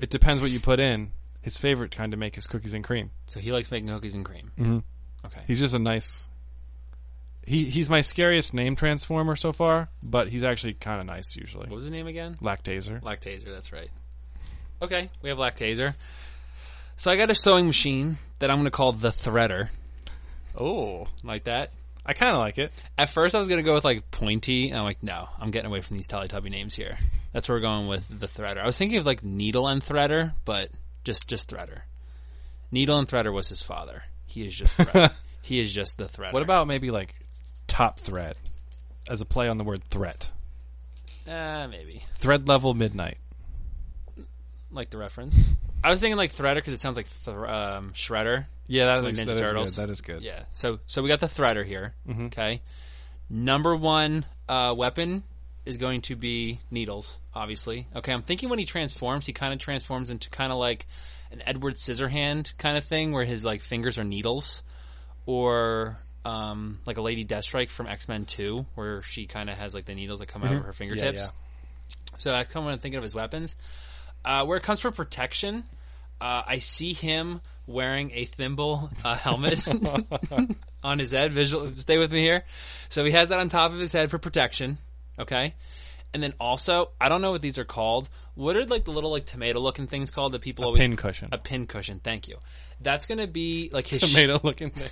It depends what you put in. His favorite kind to make is cookies and cream. So he likes making cookies and cream. He's just a nice. He he's my scariest name transformer so far, but he's actually kind of nice usually. What was his name again? Lactaser. Lactaser, that's right. Okay, we have Lactaser. So I got a sewing machine that I'm going to call the Threader, Oh, like that. I kind of like [laughs] it. At first, I was going to go with like Pointy, and I'm like, no, I'm getting away from these Teletubby names here. That's where we're going with the Threader. I was thinking of like Needle and Threader, but just just Threader. Needle and Threader was his father. He is just [laughs] Threader. he is just the Threader. What about maybe like top thread as a play on the word threat? uh, maybe? Thread level midnight. like the reference. I was thinking like Threader because it sounds like thr um, Shredder. Yeah, that Like is- Ninja that is Turtles. good. That is good. Mm-hmm. Yeah. So so we got the Threader here. Okay. Number one uh, weapon is going to be needles, obviously. Okay. I'm thinking when he transforms, he kind of transforms into kind of like an Edward Scissorhand kind of thing, where his like fingers are needles, or um, like a Lady Deathstrike from X Men Two, where she kind of has like the needles that come out of her fingertips. Mm-hmm. yeah. So that's kind of what I'm thinking of his weapons. Uh, where it comes for protection, uh, I see him wearing a thimble uh, [laughs] helmet on his head. Visual, stay with me here. So he has that on top of his head for protection. Okay, and then also I don't know what these are called. What are like the little like tomato looking things called that people always Pin cushion. a pin cushion? Thank you. That's gonna be like his [laughs] tomato looking thing.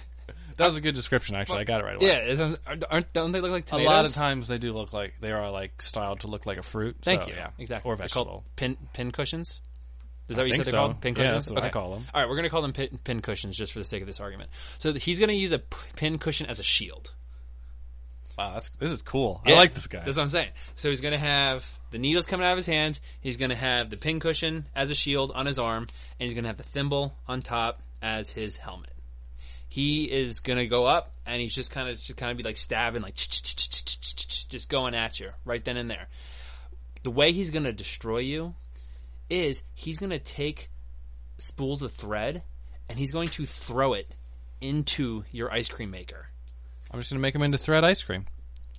That was a good description actually. I got it right away. Yeah, isn't- aren't- aren't don't they look like a tomatoes? lot of times they do look like they are like styled to look like a fruit. Thank so, you. Yeah, Exactly. Or They're vegetable. called pin pin cushions. Is that what you think said they're so. called? Pin Yeah, cushions. that's what I call 'em. All right, we're going to call them pin, pin cushions just for the sake of this argument. So th- he's going to use a p- pin cushion as a shield. Wow, that's, this is cool. Yeah, I like this guy. That's what I'm saying. So he's going to have the needles coming out of his hand. He's going to have the pin cushion as a shield on his arm, and he's going to have the thimble on top as his helmet. He is going to go up, and he's just kind of just kind of be like stabbing, like just going at you right then and there. The way he's going to destroy you is he's going to take spools of thread, and he's going to throw it into your ice cream maker. I'm just gonna make him into thread ice cream.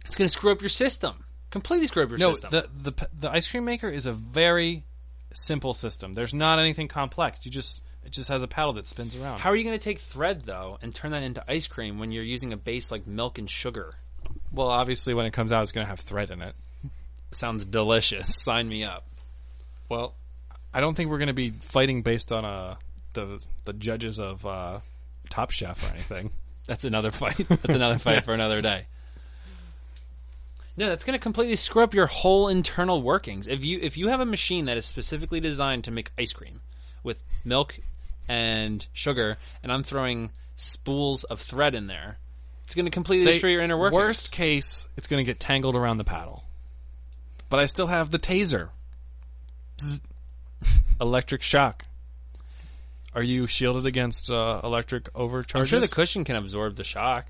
It's going to screw up your system. Completely screw up your No, system. the the p- the ice cream maker is a very simple system. There's not anything complex. You just it just has a paddle that spins around. How are you going to take thread though and turn that into ice cream when you're using a base like milk and sugar? well, obviously, when it comes out, it's gonna have thread in it. Sounds delicious. Sign me up. Well, I don't think we're gonna be fighting based on uh the the judges of uh, Top Chef or anything. [laughs] That's another [laughs] fight. That's another fight for another day. No, that's going to completely screw up your whole internal workings. If you if you have a machine that is specifically designed to make ice cream with milk and sugar and I'm throwing spools of thread in there, it's It's going to completely destroy your inner workings. Worst case, it's going to get tangled around the paddle. But I still have the taser. Bzz. Electric shock. Are you shielded against uh, electric I'm overcharges? sure the cushion can absorb the shock.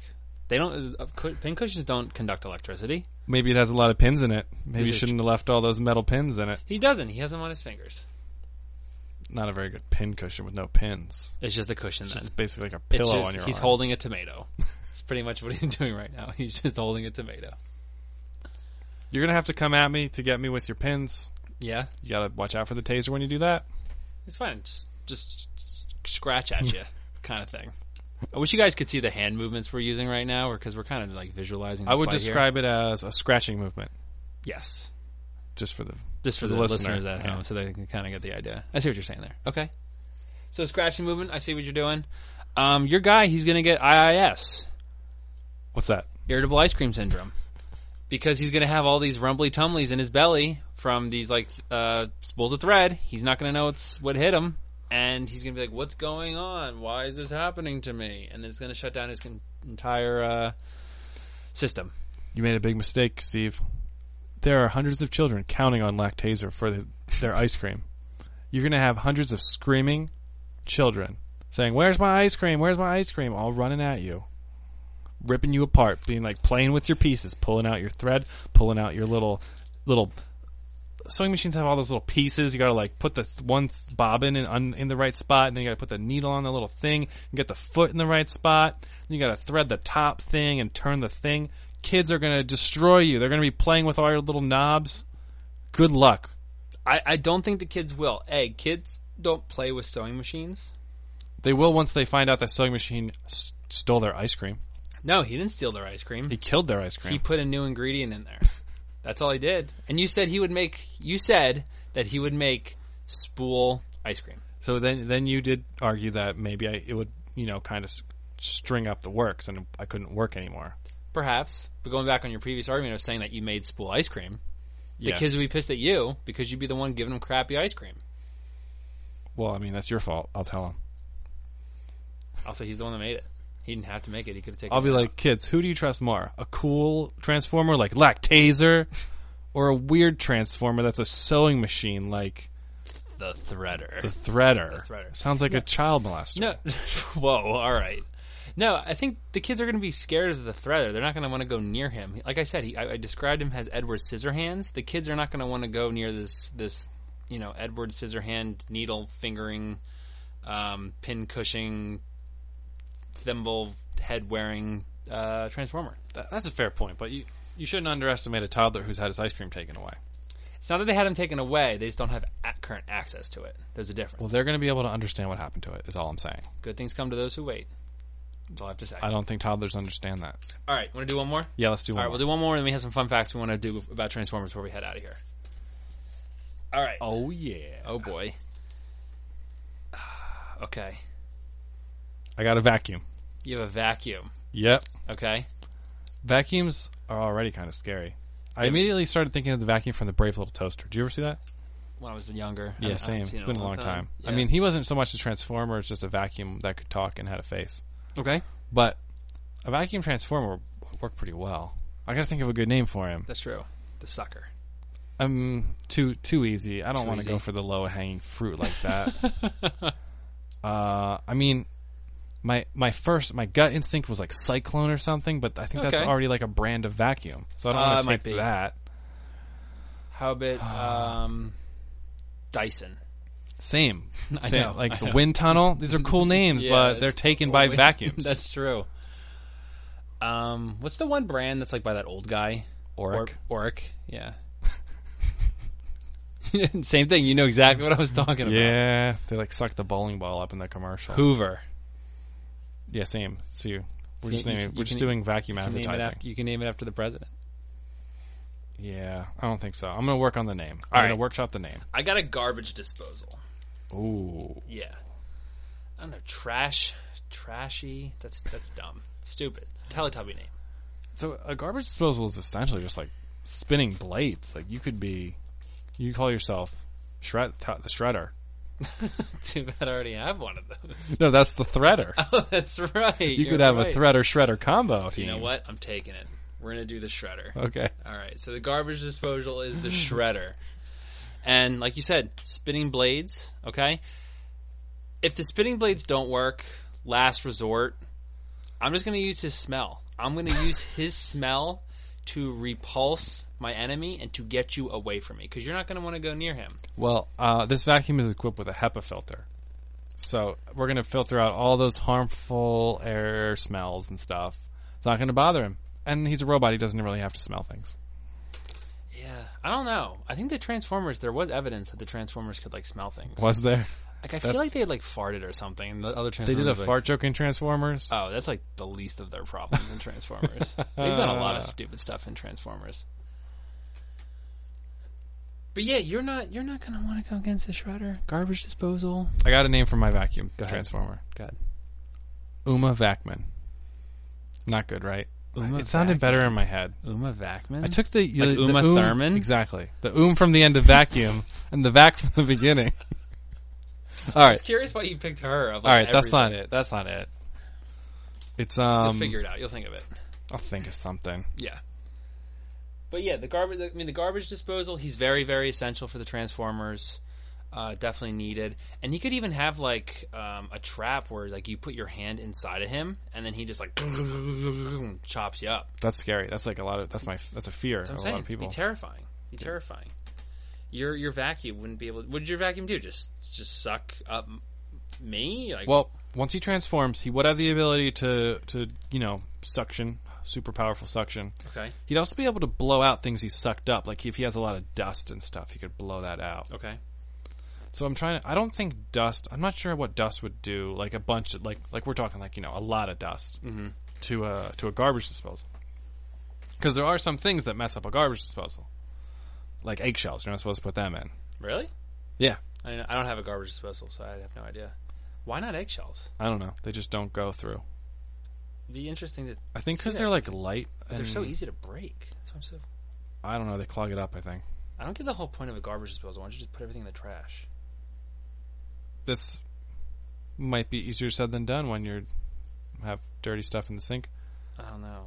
They don't. uh, cu- Pin cushions don't conduct electricity. Maybe it has a lot of pins in it. Maybe Is you it- shouldn't have left all those metal pins in it. He doesn't. He has them on his fingers. Not a very good pin cushion with no pins. It's just a cushion. It's Then just basically like a It's pillow just- on your He's arm. holding a tomato. That's pretty much what he's [laughs] doing right now. He's just holding a tomato. You're going to have to come at me to get me with your pins. Yeah, You got to watch out for the taser when you do that. it's fine. Just, just scratch at you, [laughs] kind of thing. I wish you guys could see the hand movements we're using right now, because we're kind of like visualizing. The I would fight here. describe it as a scratching movement, yes, just for the just for The the, listener, listeners at yeah. home, so they can kind of get the idea. I see what you're saying there. Okay, so scratching movement. I see what you're doing. Um, your guy, he's gonna get IIS, what's that? irritable ice cream syndrome, because he's gonna have all these rumbly tumblies in his belly from these like uh, spools of thread. He's not gonna know it's what hit him, and he's gonna be like, "What's going on? Why is this happening to me?" And then it's gonna shut down his con- entire uh, system. You made a big mistake, Steve. There are hundreds of children counting on Lactaser for the, their ice cream. You're going to have hundreds of screaming children saying, Where's my ice cream? Where's my ice cream? All running at you, ripping you apart, being like playing with your pieces, pulling out your thread, pulling out your little, little. Sewing machines have all those little pieces. You got to like put the th- one th- bobbin in, on, in the right spot, and then you got to put the needle on the little thing, and get the foot in the right spot. You got to thread the top thing and turn the thing. Kids are going to destroy you. They're going to be playing with all your little knobs. Good luck. I, I don't think the kids will. A kids don't play with sewing machines. They will once they find out that sewing machine s- stole their ice cream. No, he didn't steal their ice cream. He killed their ice cream. He put a new ingredient in there. That's all he did. And you said he would make. You said that he would make spool ice cream. so then, then you did argue that maybe I, it would, you know, kind of s- string up the works, and I couldn't work anymore. Perhaps, but going back on your previous argument of saying that you made spool ice cream, the Yeah. kids would be pissed at you because you'd be the one giving them crappy ice cream. well, I mean, that's your fault. I'll tell him. Also, he's the one that made it. He didn't have to make it. He could have taken. I'll be it out. like, kids, who do you trust more? A cool transformer like Lactaser, or a weird transformer that's a sewing machine like the threader. the Threader? The Threader. Sounds like a child molester. no, [laughs] whoa, all right. No, I think the kids are going to be scared of the threader. They're not going to want to go near him. Like I said, he, I, I described him as Edward Scissorhands. The kids are not going to want to go near this this you know Edward Scissorhand needle fingering, um, pin cushing, thimble head wearing uh, transformer. Th- That's a fair point, but you you shouldn't underestimate a toddler who's had his ice cream taken away. It's not that they had him taken away; they just don't have a- current access to it. There's a difference. Well, they're going to be able to understand what happened to it. Is all I'm saying. Good things come to those who wait. That's all I have to say. I don't think toddlers understand that. All right, want to do one more? Yeah, let's do All one. right, we'll do one more, and then we have some fun facts we want to do about Transformers before we head out of here. All right. Oh, oh yeah! boy. [sighs] okay. I got a vacuum. You have a vacuum. Yep. Okay. Vacuums are already kind of scary. I immediately started thinking of the vacuum from the Brave Little Toaster. Do you ever see that? When I was younger. Yeah, I haven't same. It's seen it been in a long time. I Yeah. mean, he wasn't so much a transformer; it's just a vacuum that could talk and had a face. okay, But a vacuum transformer worked pretty well. I gotta think of a good name for him. that's true. The sucker. Um, too too easy. I don't Too want to easy. go for the low hanging fruit like that. [laughs] uh, I mean, my my first my gut instinct was like cyclone or something, but I think that's Okay. already like a brand of vacuum, so I don't Uh, want it to might take be. that. How [sighs] about um, Dyson? Same, [laughs] I Same. know, like I [laughs] the know. wind tunnel. These are cool names, Yeah, but they're it's taken by always- [laughs] vacuums. that's true. Um, what's the one brand that's like by that old guy? Oric. Or- Oric. Yeah. [laughs] Same thing. You know exactly what I was talking about. Yeah, they like suck the bowling ball up in the commercial. Hoover. Yeah, same. See you. We're just you- naming, you we're just can- doing vacuum You can, name it advertising. after, you can name it after the president. yeah, I don't think so. I'm gonna work on the name. I'm All gonna right. workshop the name. I got a garbage disposal. Ooh, Yeah. I don't know. Trash. Trashy. That's that's dumb. It's stupid. It's a Teletubby name. so a garbage disposal is essentially just like spinning blades. Like you could be, you call yourself shred t- the shredder. [laughs] Too bad I already have one of those. No, that's the threader. Oh, [laughs] that's right. You could have a threader shredder combo. You know team. what? I'm taking it. We're gonna do the shredder. Okay. All right. So the garbage disposal is the shredder. And like you said, spinning blades, okay? If the spinning blades don't work, last resort, I'm just going to use his smell. I'm going to use his smell to repulse my enemy and to get you away from me because you're not going to want to go near him. Well, uh, this vacuum is equipped with a HEPA filter. So we're going to filter out all those harmful air smells and stuff. It's not going to bother him. And he's a robot. He doesn't really have to smell things. Yeah. I don't know. I think the Transformers, there was evidence that the Transformers could like smell things. Was there? Like I feel That's- like they had like farted or something and the other They Transformers did a like, fart joke in Transformers. Oh, that's like the least of their problems in Transformers. They've done a lot [laughs] of stupid stuff in Transformers. But yeah, you're not you're not gonna want to go against the Shredder. Garbage disposal. I got a name for my vacuum Go ahead. transformer. God. Uma Vacman. Not good, right? Uma it sounded Vacman. better in my head. Uma Vacman. I took the Like the, Uma the oom- Thurman? exactly the oom from the end of vacuum and the vac [laughs] from the beginning. All I was right, curious why you picked her. Of like all right. That's everything. not it. That's not it. It's um. You'll figure it out. You'll think of it. I'll think of something. Yeah. But yeah, the garbage. I mean, the garbage disposal. He's very, very essential for the Transformers. Uh, definitely needed, and he could even have like um, a trap where like you put your hand inside of him, and then he just like [laughs] chops you up. That's scary. That's like a lot of. That's my. That's a fear of That's what a I'm saying. lot of people. It'd be terrifying. It'd be terrifying. Your your vacuum wouldn't be able. What did your vacuum do? Just just suck up m- me? Like well, once he transforms, he would have the ability to to you know suction, super powerful suction. okay, He'd also be able to blow out things he sucked up. Like if he has a lot of dust and stuff, he could blow that out. okay. So I'm trying to. I don't think dust. I'm not sure what dust would do. Like a bunch of like like we're talking like you know a lot of dust Mm-hmm. to a to a garbage disposal. Because there are some things that mess up a garbage disposal, like eggshells. You're not supposed to put them in. Really? Yeah, I mean, I don't have a garbage disposal, so I have no idea. Why not eggshells? I don't know. They just don't go through. It'd be interesting to I think See because that? they're like light. And They're so easy to break. That's what I'm so. I don't know. They clog it up. I think I don't get the whole point of a garbage disposal. Why don't you just put everything in the trash? this might be easier said than done when you're have dirty stuff in the sink. I don't [laughs] know.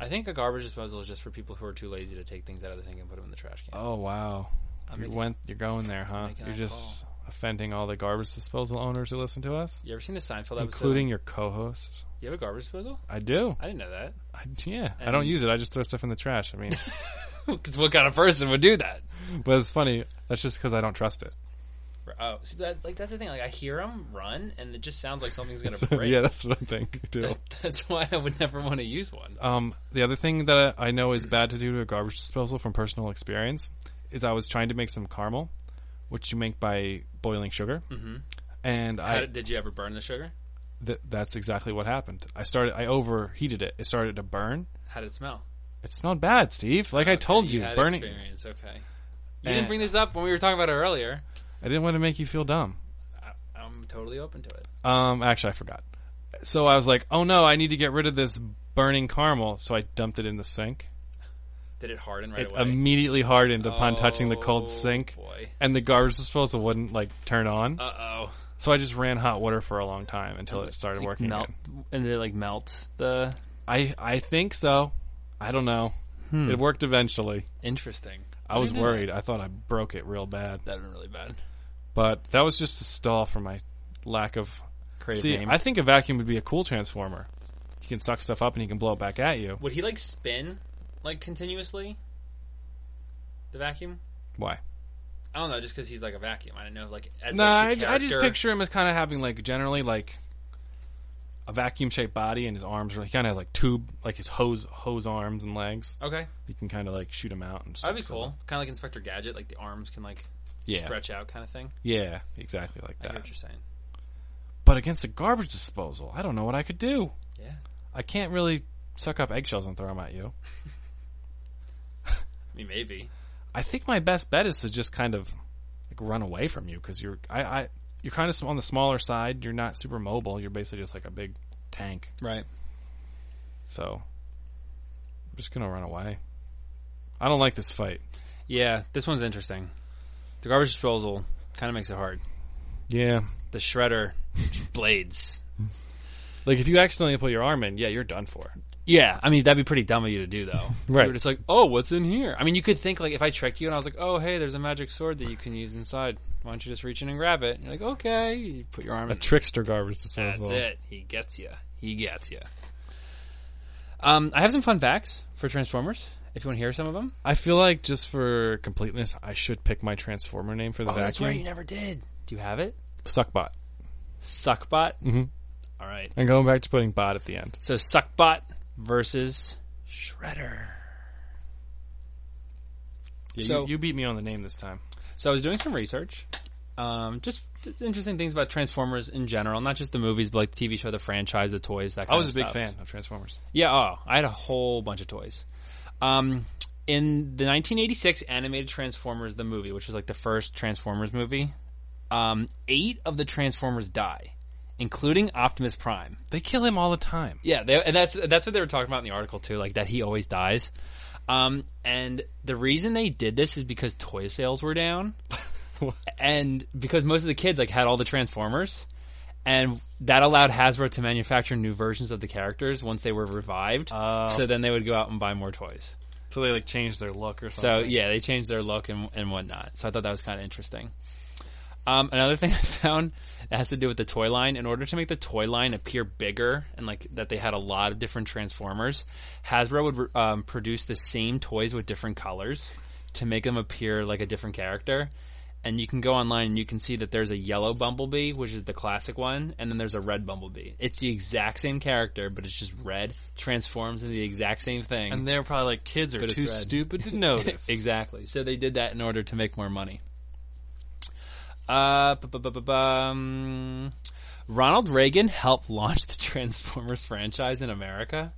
I think a garbage disposal is just for people who are too lazy to take things out of the sink and put them in the trash can. Oh wow. you making- went. You're going there, huh? making You're that just offending all the garbage disposal owners who listen to us, You ever seen the Seinfeld episode? including your co-host. You have a garbage disposal? I do. I didn't know that. [laughs] I, yeah, I don't And- use it. I just throw stuff in the trash. [laughs] I mean, Because what kind of person would do that? but it's funny. That's just because I don't trust it. [laughs] Oh, see, that, like that's the thing. Like I hear them run, and it just sounds like something's gonna break. [laughs] yeah, that's what I think [laughs] too. That- that's why I would never want to use one. Um, the other thing that I know is bad to do to a garbage disposal from personal experience is I was trying to make some caramel, which you make by boiling sugar. Mm-hmm. And How I did, did you ever burn the sugar? th- that's exactly what happened. I started. I overheated it. It started to burn. How did it smell? It smelled bad, Steve. Like I told Okay, you, had burning. experience. Okay, you Eh. didn't bring this up when we were talking about it earlier. I didn't want to make you feel dumb. I'm totally open to it. Um, actually, I forgot. So I was like, "Oh no, I need to get rid of this burning caramel." So I dumped it in the sink. Did it harden right it away? immediately hardened upon touching the Oh, cold sink, boy. and the garbage disposal wouldn't like turn on. Uh oh. so I just ran hot water for a long time until it started working. melt Again. and they like melt the I I think so. I don't know. Hmm. It worked eventually. interesting. I was worried. I thought I broke it real bad, That'd been really bad. but that was just a stall for my lack of. Creative See, name. I think a vacuum would be a cool transformer. He can suck stuff up and he can blow it back at you. Would he like spin like continuously? The vacuum? Why? I don't know, just because he's like a vacuum. I don't know, like as No, like, the I, I just character- picture him as kind of having like generally like a vacuum shaped body, and his arms are he kind of has like tube, like his hose hose arms and legs. Okay, You can kind of like shoot him out. And that'd be stuff. cool. Kind of like Inspector Gadget, like the arms can like Yeah, stretch out, kind of thing. yeah, exactly like I hear that. what you're saying. But against the garbage disposal, I don't know what I could do. Yeah, I can't really suck up eggshells and throw them at you. I mean maybe. I think my best bet is to just kind of like run away from you because you're I, I you're kind of on the smaller side. You're not super mobile. You're basically just like a big tank. Right. So I'm just gonna run away. I don't like this fight. Yeah, this one's interesting. The garbage disposal kind of makes it hard. Yeah. The [laughs] shredder blades. Like if you accidentally put your arm in, yeah, you're done for. Yeah, I mean that'd be pretty dumb of you to do though. Right. You're just like, oh, what's in here? I mean, you could think like if I tricked you and I was like, oh, hey, there's a magic sword that you can use inside. Why don't you just reach in and grab it? And you're like, okay, you put your arm. A in. trickster garbage That's disposal. it. He gets you. He gets you. Um, I have some fun facts for Transformers. If you want to hear some of them, I feel like just for completeness, I should pick my transformer name for the oh, that's right, vacuum. you never did. Do you have it? Suckbot. Suckbot. Mhm. All right. And going back to putting bot at the end. So Suckbot versus Shredder. Yeah, So- you, you beat me on the name this time. So I was doing some research, um, just, just interesting things about Transformers in general, not just the movies, but like the TV show, the franchise, the toys. That I kind was of a big stuff. fan of Transformers. Yeah, oh, I had a whole bunch of toys. Um, in the 1986 animated Transformers the movie, which was like the first Transformers movie, um, eight of the Transformers die, including Optimus Prime. They kill him all the time. Yeah, they, and that's that's what they were talking about in the article too, like that he always dies. Um, and the reason they did this is because toy sales were down, and because most of the kids like had all the Transformers, and that allowed Hasbro to manufacture new versions of the characters once they were revived. Oh. so then they would go out and buy more toys. So they like change their look or So something. yeah, they changed their look and and whatnot. So I thought that was kind of interesting. Um, another [laughs] thing I found that has to do with the toy line. In order to make the toy line appear bigger and like that they had a lot of different Transformers, Hasbro would um, produce the same toys with different colors to make them appear like a different character. And you can go online and you can see that there's a yellow Bumblebee, which is the classic one, and then there's a red Bumblebee. It's the exact same character, but it's just red, transforms into the exact same thing. And they're probably like kids are But it's too red. [laughs] stupid to notice. Exactly. So they did that in order to make more money. Uh, bu- bu- bu- bu- bum. Ronald Reagan helped [laughs] launch the Transformers franchise in America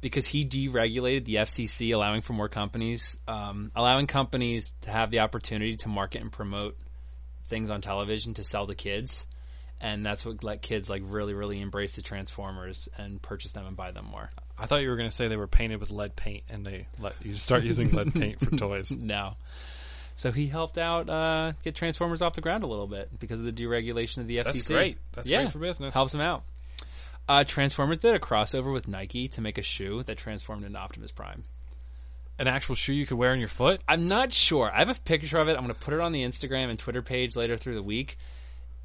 because he deregulated the FCC, allowing for more companies, um, allowing companies to have the opportunity to market and promote things on television to sell to kids. And that's what let kids like really, really embrace the Transformers and purchase them and buy them more. I thought you were going to say they were painted with lead paint and they let you start using lead [laughs] paint for toys. No. So he helped out uh, get Transformers off the ground a little bit because of the deregulation of the FCC. That's great. That's yeah, great for business. Helps him out. Uh, Transformers did a crossover with Nike to make a shoe that transformed into Optimus Prime. An actual shoe you could wear on your foot? I'm not sure. I have a picture of it. I'm going to put it on the Instagram and Twitter page later through the week.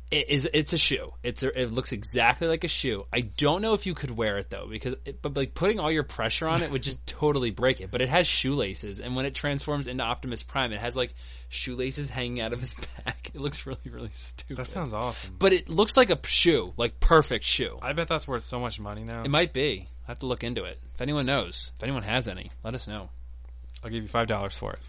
It is. It's a shoe. It's. A, it looks exactly like a shoe. I don't know if you could wear it though, because it, but like putting all your pressure on it would [laughs] just totally break it. But it has shoelaces, and when it transforms into Optimus Prime, it has like shoelaces hanging out of his [laughs] back. It looks really, really stupid. That sounds awesome. But it looks like a shoe, like perfect shoe. I bet that's worth so much money now. It might be. I have to look into it. If anyone knows, if anyone has any, let us know. I'll give you five dollars for it.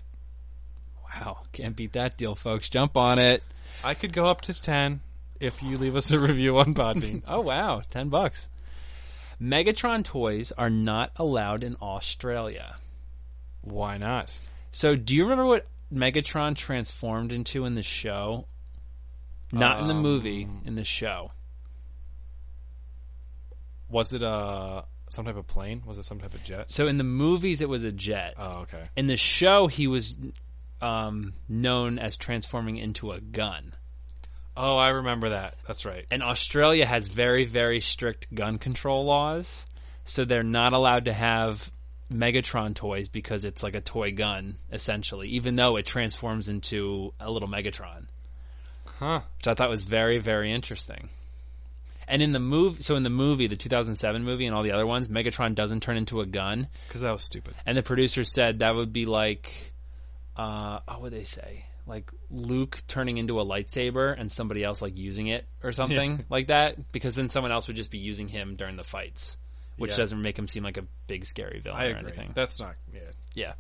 Wow, can't beat that deal, folks. Jump on it. I could go up to ten if you leave us a review [laughs] on Podbean. Oh wow, ten bucks. Megatron toys are not allowed in Australia. Why not? So, do you remember what Megatron transformed into in the show? Not in the movie, in the show. Was it uh some type of plane? Was it some type of jet? So, in the movies, it was a jet. [laughs] Oh, okay. In the show, he was um, known as transforming into a gun. Oh, I remember that. That's right. And Australia has very, very strict gun control laws, so they're not allowed to have Megatron toys because it's like a toy gun, essentially, even though it transforms into a little Megatron. Huh. Which I thought was very, very interesting. And in the move, so in the movie, the 2007 movie, and all the other ones, Megatron doesn't turn into a gun. Because that was stupid. And the producer said that would be like, uh, oh, what would they say? Like Luke turning into a lightsaber and somebody else like using it or something [laughs] like that, because then someone else would just be using him during the fights, which Yeah. doesn't make him seem like a big scary villain I or agree. anything. That's not. Yeah. yeah.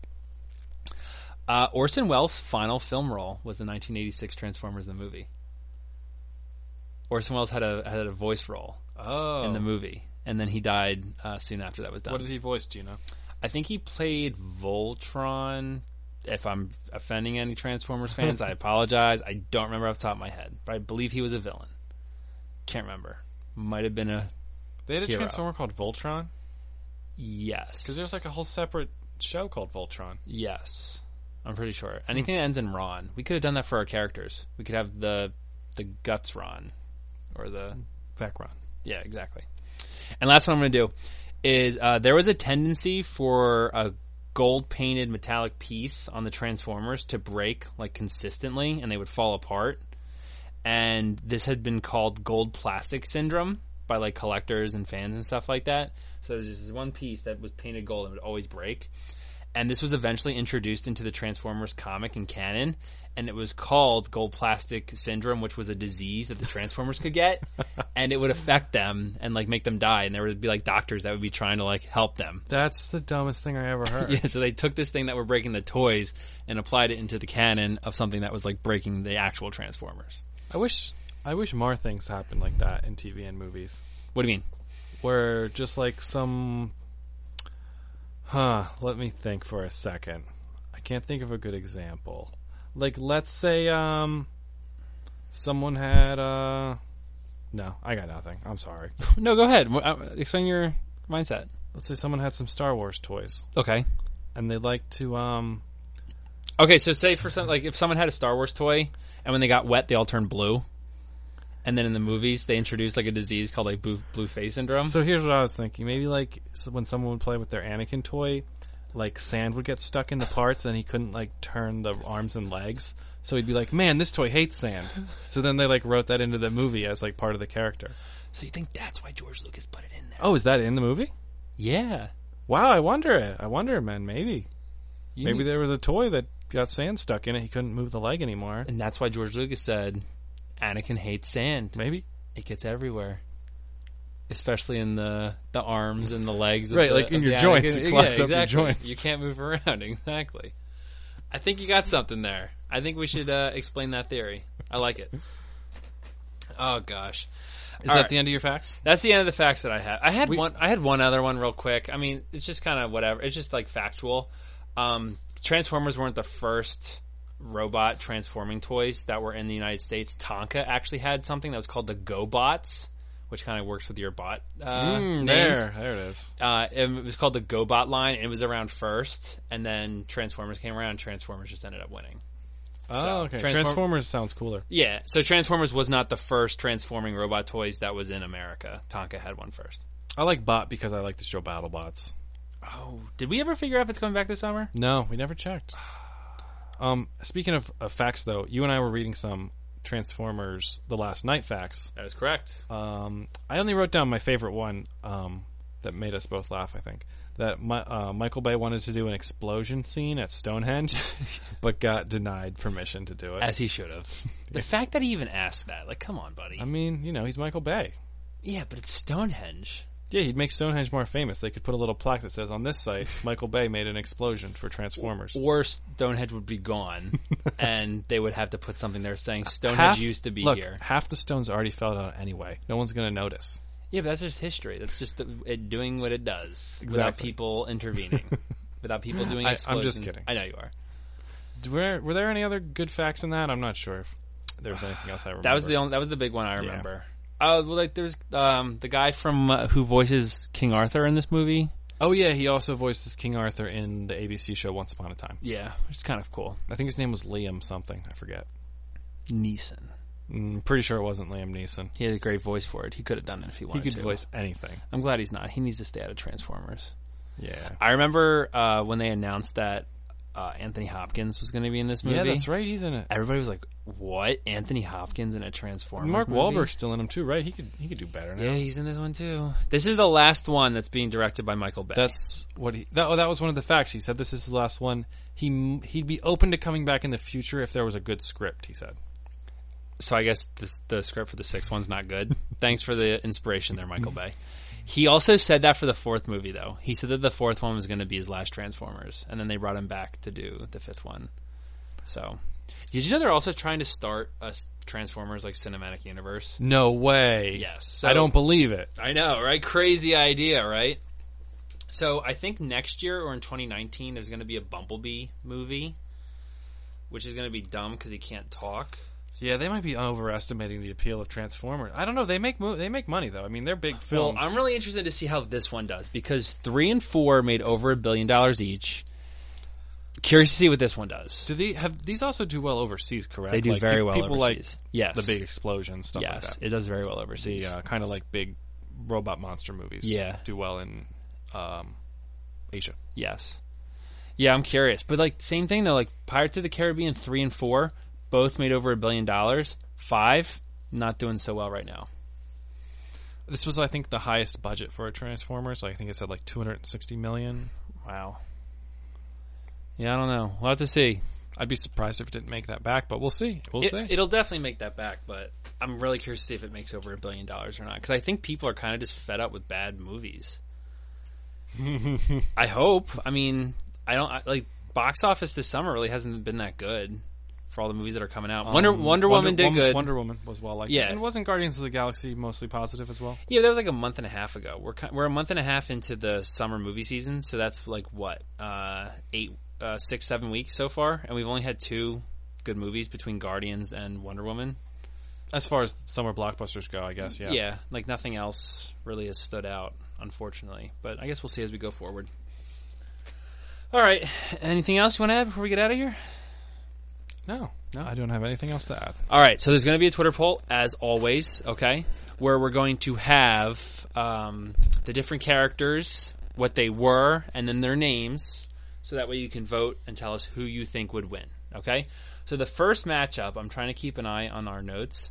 Uh, Orson Welles' final film role was the 1986 Transformers the movie. Orson Welles had a had a voice role Oh. in the movie, and then he died uh, soon after that was done. what did he voice? Do you know? I think he played Voltron. If I'm offending any Transformers fans, [laughs] I apologize. I don't remember off the top of my head, but I believe he was a villain. Can't remember. Might have been a They had a Hero. transformer called Voltron. yes. Because there's like a whole separate show called Voltron. Hmm. yes. I'm pretty sure. Anything that ends in Ron, we could have done that for our characters. We could have the the guts Ron, or the Vacron. yeah, exactly. And last one I'm going to do is uh, there was a tendency for a gold painted metallic piece on the Transformers to break like consistently and they would fall apart. And this had been called gold plastic syndrome by like collectors and fans and stuff like that. So there's just this one piece that was painted gold and would always break. And this was eventually introduced into the Transformers comic and canon. And it was called gold plastic syndrome, which was a disease that the Transformers could [laughs] get. And it would affect them and like make them die. And there would be like doctors that would be trying to like help them. That's the dumbest thing I ever [laughs] heard. Yeah, [laughs] so they took this thing that were breaking the toys and applied it into the canon of something that was like breaking the actual Transformers. I wish I wish more things happened like that in TV and movies. What do you mean? where just like some huh let me think for a second i can't think of a good example like let's say um someone had uh no i got nothing i'm sorry [laughs] No, go ahead. Wh- uh, Explain your mindset. let's say someone had some star wars toys Okay. and they like to um Okay, so say for some like if someone had a Star Wars toy and when they got wet they all turned blue. And then in the movies they introduced like a disease called like blue, blue face syndrome. so here's what i was thinking maybe like so- when someone would play with their anakin toy like sand would get stuck in the parts and he couldn't like turn the arms and legs so he'd be like man this toy hates sand so then they like wrote that into the movie as like part of the character So you think that's why George Lucas put it in there? Oh, is that in the movie? Yeah. Wow, I wonder. I wonder, man. Maybe, You maybe knew- there was a toy that got sand stuck in it. He couldn't move the leg anymore. and that's why George Lucas said Anakin hates sand. Maybe, It gets everywhere. Especially in the the arms and the legs, of Right, the- like in of your the joints, Anakin. it clogs Yeah, up your exactly. joints. You can't move around. [laughs] Exactly. I think you got something there. I think we should uh, explain that theory. I like it. Oh gosh, is All that right. the end of your facts? that's the end of the facts that I had. I had one. I had one other one real quick. I mean, it's just kind of whatever. It's just like factual. Um, Transformers weren't the first robot transforming toys that were in the United States. Tonka actually had something that was called the GoBots, which kind of works with your bot uh, names Hmm, there, there it is. uh, it was called the GoBot line, and it was around first, and then Transformers came around, and Transformers just ended up winning. Oh, okay. Transform- Transformers sounds cooler. Yeah, so Transformers was not the first transforming robot toys that was in America. Tonka had one first. I like Bot because I like the show BattleBots. Oh, did we ever figure out if it's coming back this summer? No, we never checked. Um, speaking of uh, facts, though, you and I were reading some Transformers: The Last Night facts. That is correct. Um, I only wrote down my favorite one um, that made us both laugh. I think that my, uh, Michael Bay wanted to do an explosion scene at Stonehenge, [laughs] but got denied permission to do it. As he should have. The fact that he even asked that, like, come on, buddy. I mean, you know, he's Michael Bay. yeah, but it's Stonehenge. Yeah, he'd make Stonehenge more famous. They could put a little plaque that says, "On [laughs] this site, Michael Bay made an explosion for Transformers." Or Stonehenge would be [laughs] gone, and they would have to put something there saying Stonehenge Half- used to be look, here. Half the stones already fell down anyway. No one's gonna notice. Yeah, but that's just history. That's just the, it doing what it does without Exactly. people [laughs] intervening, without people doing I- I'm explosions. just kidding. I know you are. Were, were there any other good facts in that? I'm not sure if there was anything else I remember. That was the only. That was the big one I remember. Uh, well, like there's um, the guy from uh, who voices King Arthur in this movie. Oh yeah, he also voices King Arthur in the ABC show Once Upon a Time. Yeah, which is kind of cool. I think his name was Liam something. I forget. Neeson. I'm pretty sure it wasn't Liam Neeson. He had a great voice for it. He could have done it if he He wanted could to. voice anything. I'm glad he's not. He needs to stay out of Transformers. Yeah. I remember uh, when they announced that uh, Anthony Hopkins was going to be in this movie. Yeah, that's right. He's in it. Everybody was like, "What? Anthony Hopkins in a Transformers?" Mark movie? Wahlberg's still in him too, right? He could he could do better now. Yeah, he's in this one too. This is the last one that's being directed by Michael Bay. That's what he that, oh, that was one of the facts. He said this is his last one. He m- he'd be open to coming back in the future if there was a good script, he said. so I guess this, the script for the sixth one's not [laughs] good. Thanks for the inspiration there, Michael Bay. He also said that for the fourth movie, though. He said that the fourth one was going to be his last Transformers, and then they brought him back to do the fifth one. So, did you know they're also trying to start a s- Transformers like cinematic universe? No way. Yes, I so- don't believe it. I know, right? Crazy idea, right? So I think next year or in 2019, there's going to be a Bumblebee movie, which is going to be dumb because he can't talk. Yeah, they might be overestimating the appeal of Transformers. I don't know. They make mo- they make money though. I mean, they're big Well, films. I'm really interested to see how this one does because three and four made over a billion dollars each. Curious to see what this one does. Do they have these also do well overseas? Correct? They do Like, very pe- well People overseas. like Yes. the big explosion stuff yes, like that. it does very well overseas. the uh, kind of like big robot monster movies. Yeah. do well in um, Asia. Yes. Yeah, I'm curious. But like same thing though, like Pirates of the Caribbean 3 and 4 both made over a billion dollars. 5 not doing so well right now. This was, I think, the highest budget for a Transformers. I think it said like 260 million. Wow. Yeah, I don't know. We'll have to see. I'd be surprised if it didn't make that back, but we'll see. We'll see. It, will definitely make that back, but I'm really curious to see if it makes over a billion dollars or not cuz I think people are kind of just fed up with bad movies. I hope. I mean, I don't I, like box office this summer really hasn't been that good for all the movies that are coming out. Wonder Um, Wonder Woman did Wom- good. Wonder Woman was well liked. Yeah. and wasn't Guardians of the Galaxy mostly positive as well? Yeah, that was like a month and a half ago. We're ki- we're a month and a half into the summer movie season, so that's like what uh, eight, uh, six, seven weeks so far, and we've only had two good movies between Guardians and Wonder Woman. As far as summer blockbusters go, I guess. Yeah. Yeah, like nothing else really has stood out, unfortunately. But I guess we'll see as we go forward. All right, anything else you want to add before we get out of here? No, no, I don't have anything else to add. All right, so there's going to be a Twitter poll as always, okay, where we're going to have um, the different characters, what they were, and then their names, so that way you can vote and tell us who you think would win, okay? So the first matchup, I'm trying to keep an eye on our notes.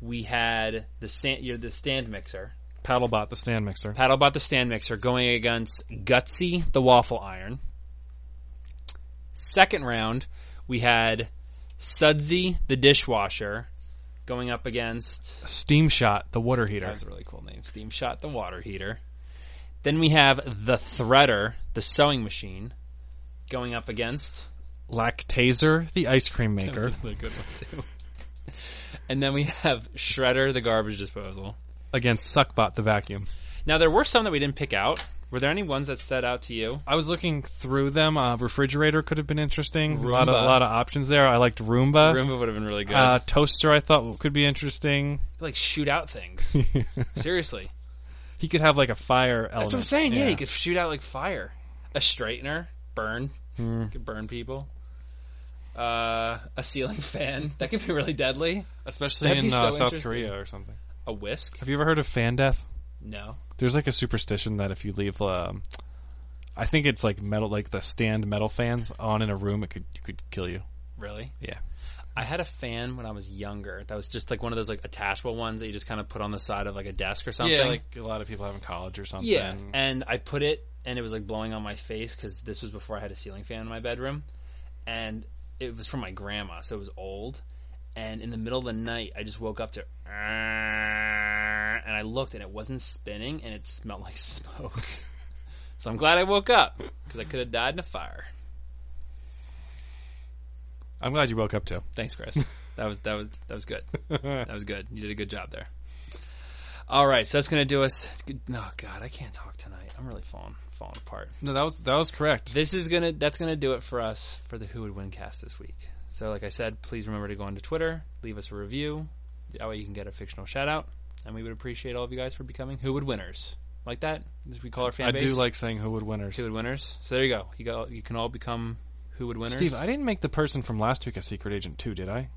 We had the sand, you know, the stand mixer, Paddlebot, the stand mixer. Paddlebot the stand mixer, going against Gutsy the waffle iron. Second round, we had Sudsy the dishwasher going up against Steam shot, the water heater. that's a really cool name. Steam Shot, the water heater. Then we have the Threader, the sewing machine, going up against. [laughs] Lactaser, the ice cream maker. really good one too. [laughs] and then we have Shredder, the garbage disposal. against Suckbot, the vacuum. Now there were some that we didn't pick out. Were there any ones that stood out to you? I was looking through them. Uh, refrigerator could have been interesting. A lot, of, Roomba. a lot of options there. I liked Roomba. Roomba would have been really good. Uh, toaster, I thought could be interesting. like shoot out things. Seriously, He could have like a fire element. that's what I'm saying. Yeah. you could shoot out like fire. A straightener, burn, could burn people. Uh, a ceiling [laughs] fan that could be really deadly. especially That'd be in uh, so South interesting. Korea or something. A whisk? Have you ever heard of fan death? No. There's like a superstition that if you leave, um, I think it's like metal, like the stand metal fans on in a room, it could you could kill you. Really? Yeah, I had a fan when I was younger that was just like one of those like attachable ones that you just kind of put on the side of like a desk or something. like a lot of people have in college or something. yeah. And I put it and it was like blowing on my face because this was before I had a ceiling fan in my bedroom. And it was from my grandma, so it was old. And in the middle of the night, I just woke up to and I looked and it wasn't spinning and it smelled [laughs] like smoke. so I'm glad I woke up because I could have died in a fire. I'm glad you woke up too. Thanks, Chris. That was that was that was good. That was good. You did a good job there. All right, so that's gonna do us. It's good. Oh God, I can't talk tonight. I'm really falling falling apart. No, that was that was correct. This is gonna that's gonna do it for us for the Who Would Win cast this week. So, like I said, please remember to go onto Twitter, leave us a review. That way, you can get a fictional shout out, and we would appreciate all of you guys for becoming Who Would Winners. Like that, as we call our fan I base. do like saying who would winners. Who Would Winners. So there you go. You go. You can all become Who Would Winners. Steve, I didn't make the person from last week a secret agent too, did I?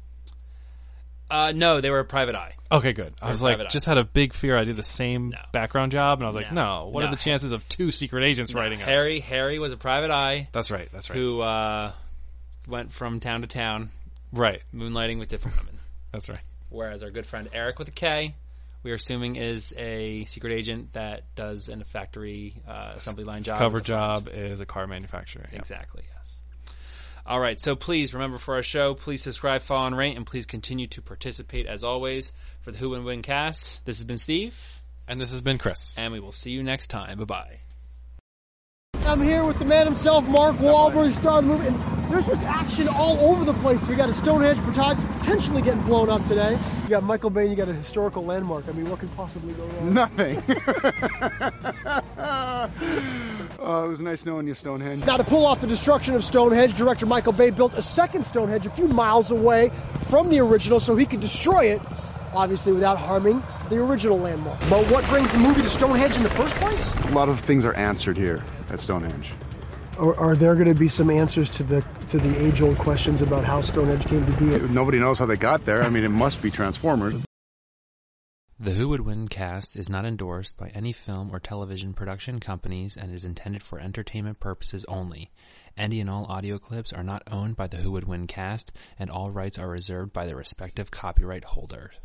uh, no, they were a private eye. Okay, good. I was like, private eye. just had a big fear I did the same background job, and I was like, No. no. What No. are the chances of two secret agents writing us? Harry. Harry was a private eye. That's right. That's right. who uh, went from town to town Right. moonlighting with different women. That's right. Whereas our good friend Eric with a K, we are assuming is a secret agent that does in a factory uh, assembly line job. Cover job is a car manufacturer. Yep. Exactly, yes. All right, so please remember for our show, please subscribe, follow, and rate, and please continue to participate as always for the Who and Win cast. This has been Steve, And this has been Chris. and we will see you next time. Bye bye. I'm here with the man himself, Mark Wahlberg, star of the movie. And there's just action all over the place. We got a Stonehenge potot- potentially getting blown up today. You got Michael Bay, you got a historical landmark. I mean, what could possibly go wrong? Nothing. [laughs] oh, it was nice knowing you, Stonehenge. Now, to pull off the destruction of Stonehenge, director Michael Bay built a second Stonehenge a few miles away from the original so he could destroy it, obviously without harming the original landmark. But what brings the movie to Stonehenge in the first place? A lot of things are answered here at Stonehenge. Are, are there going to be some answers to the to the age old questions about how Stonehenge came to be? Nobody knows how they got there. I mean, it must be Transformers. The Who Would Win cast is not endorsed by any film or television production companies and is intended for entertainment purposes only. Any and all audio clips are not owned by the Who Would Win cast, and all rights are reserved by their respective copyright holders.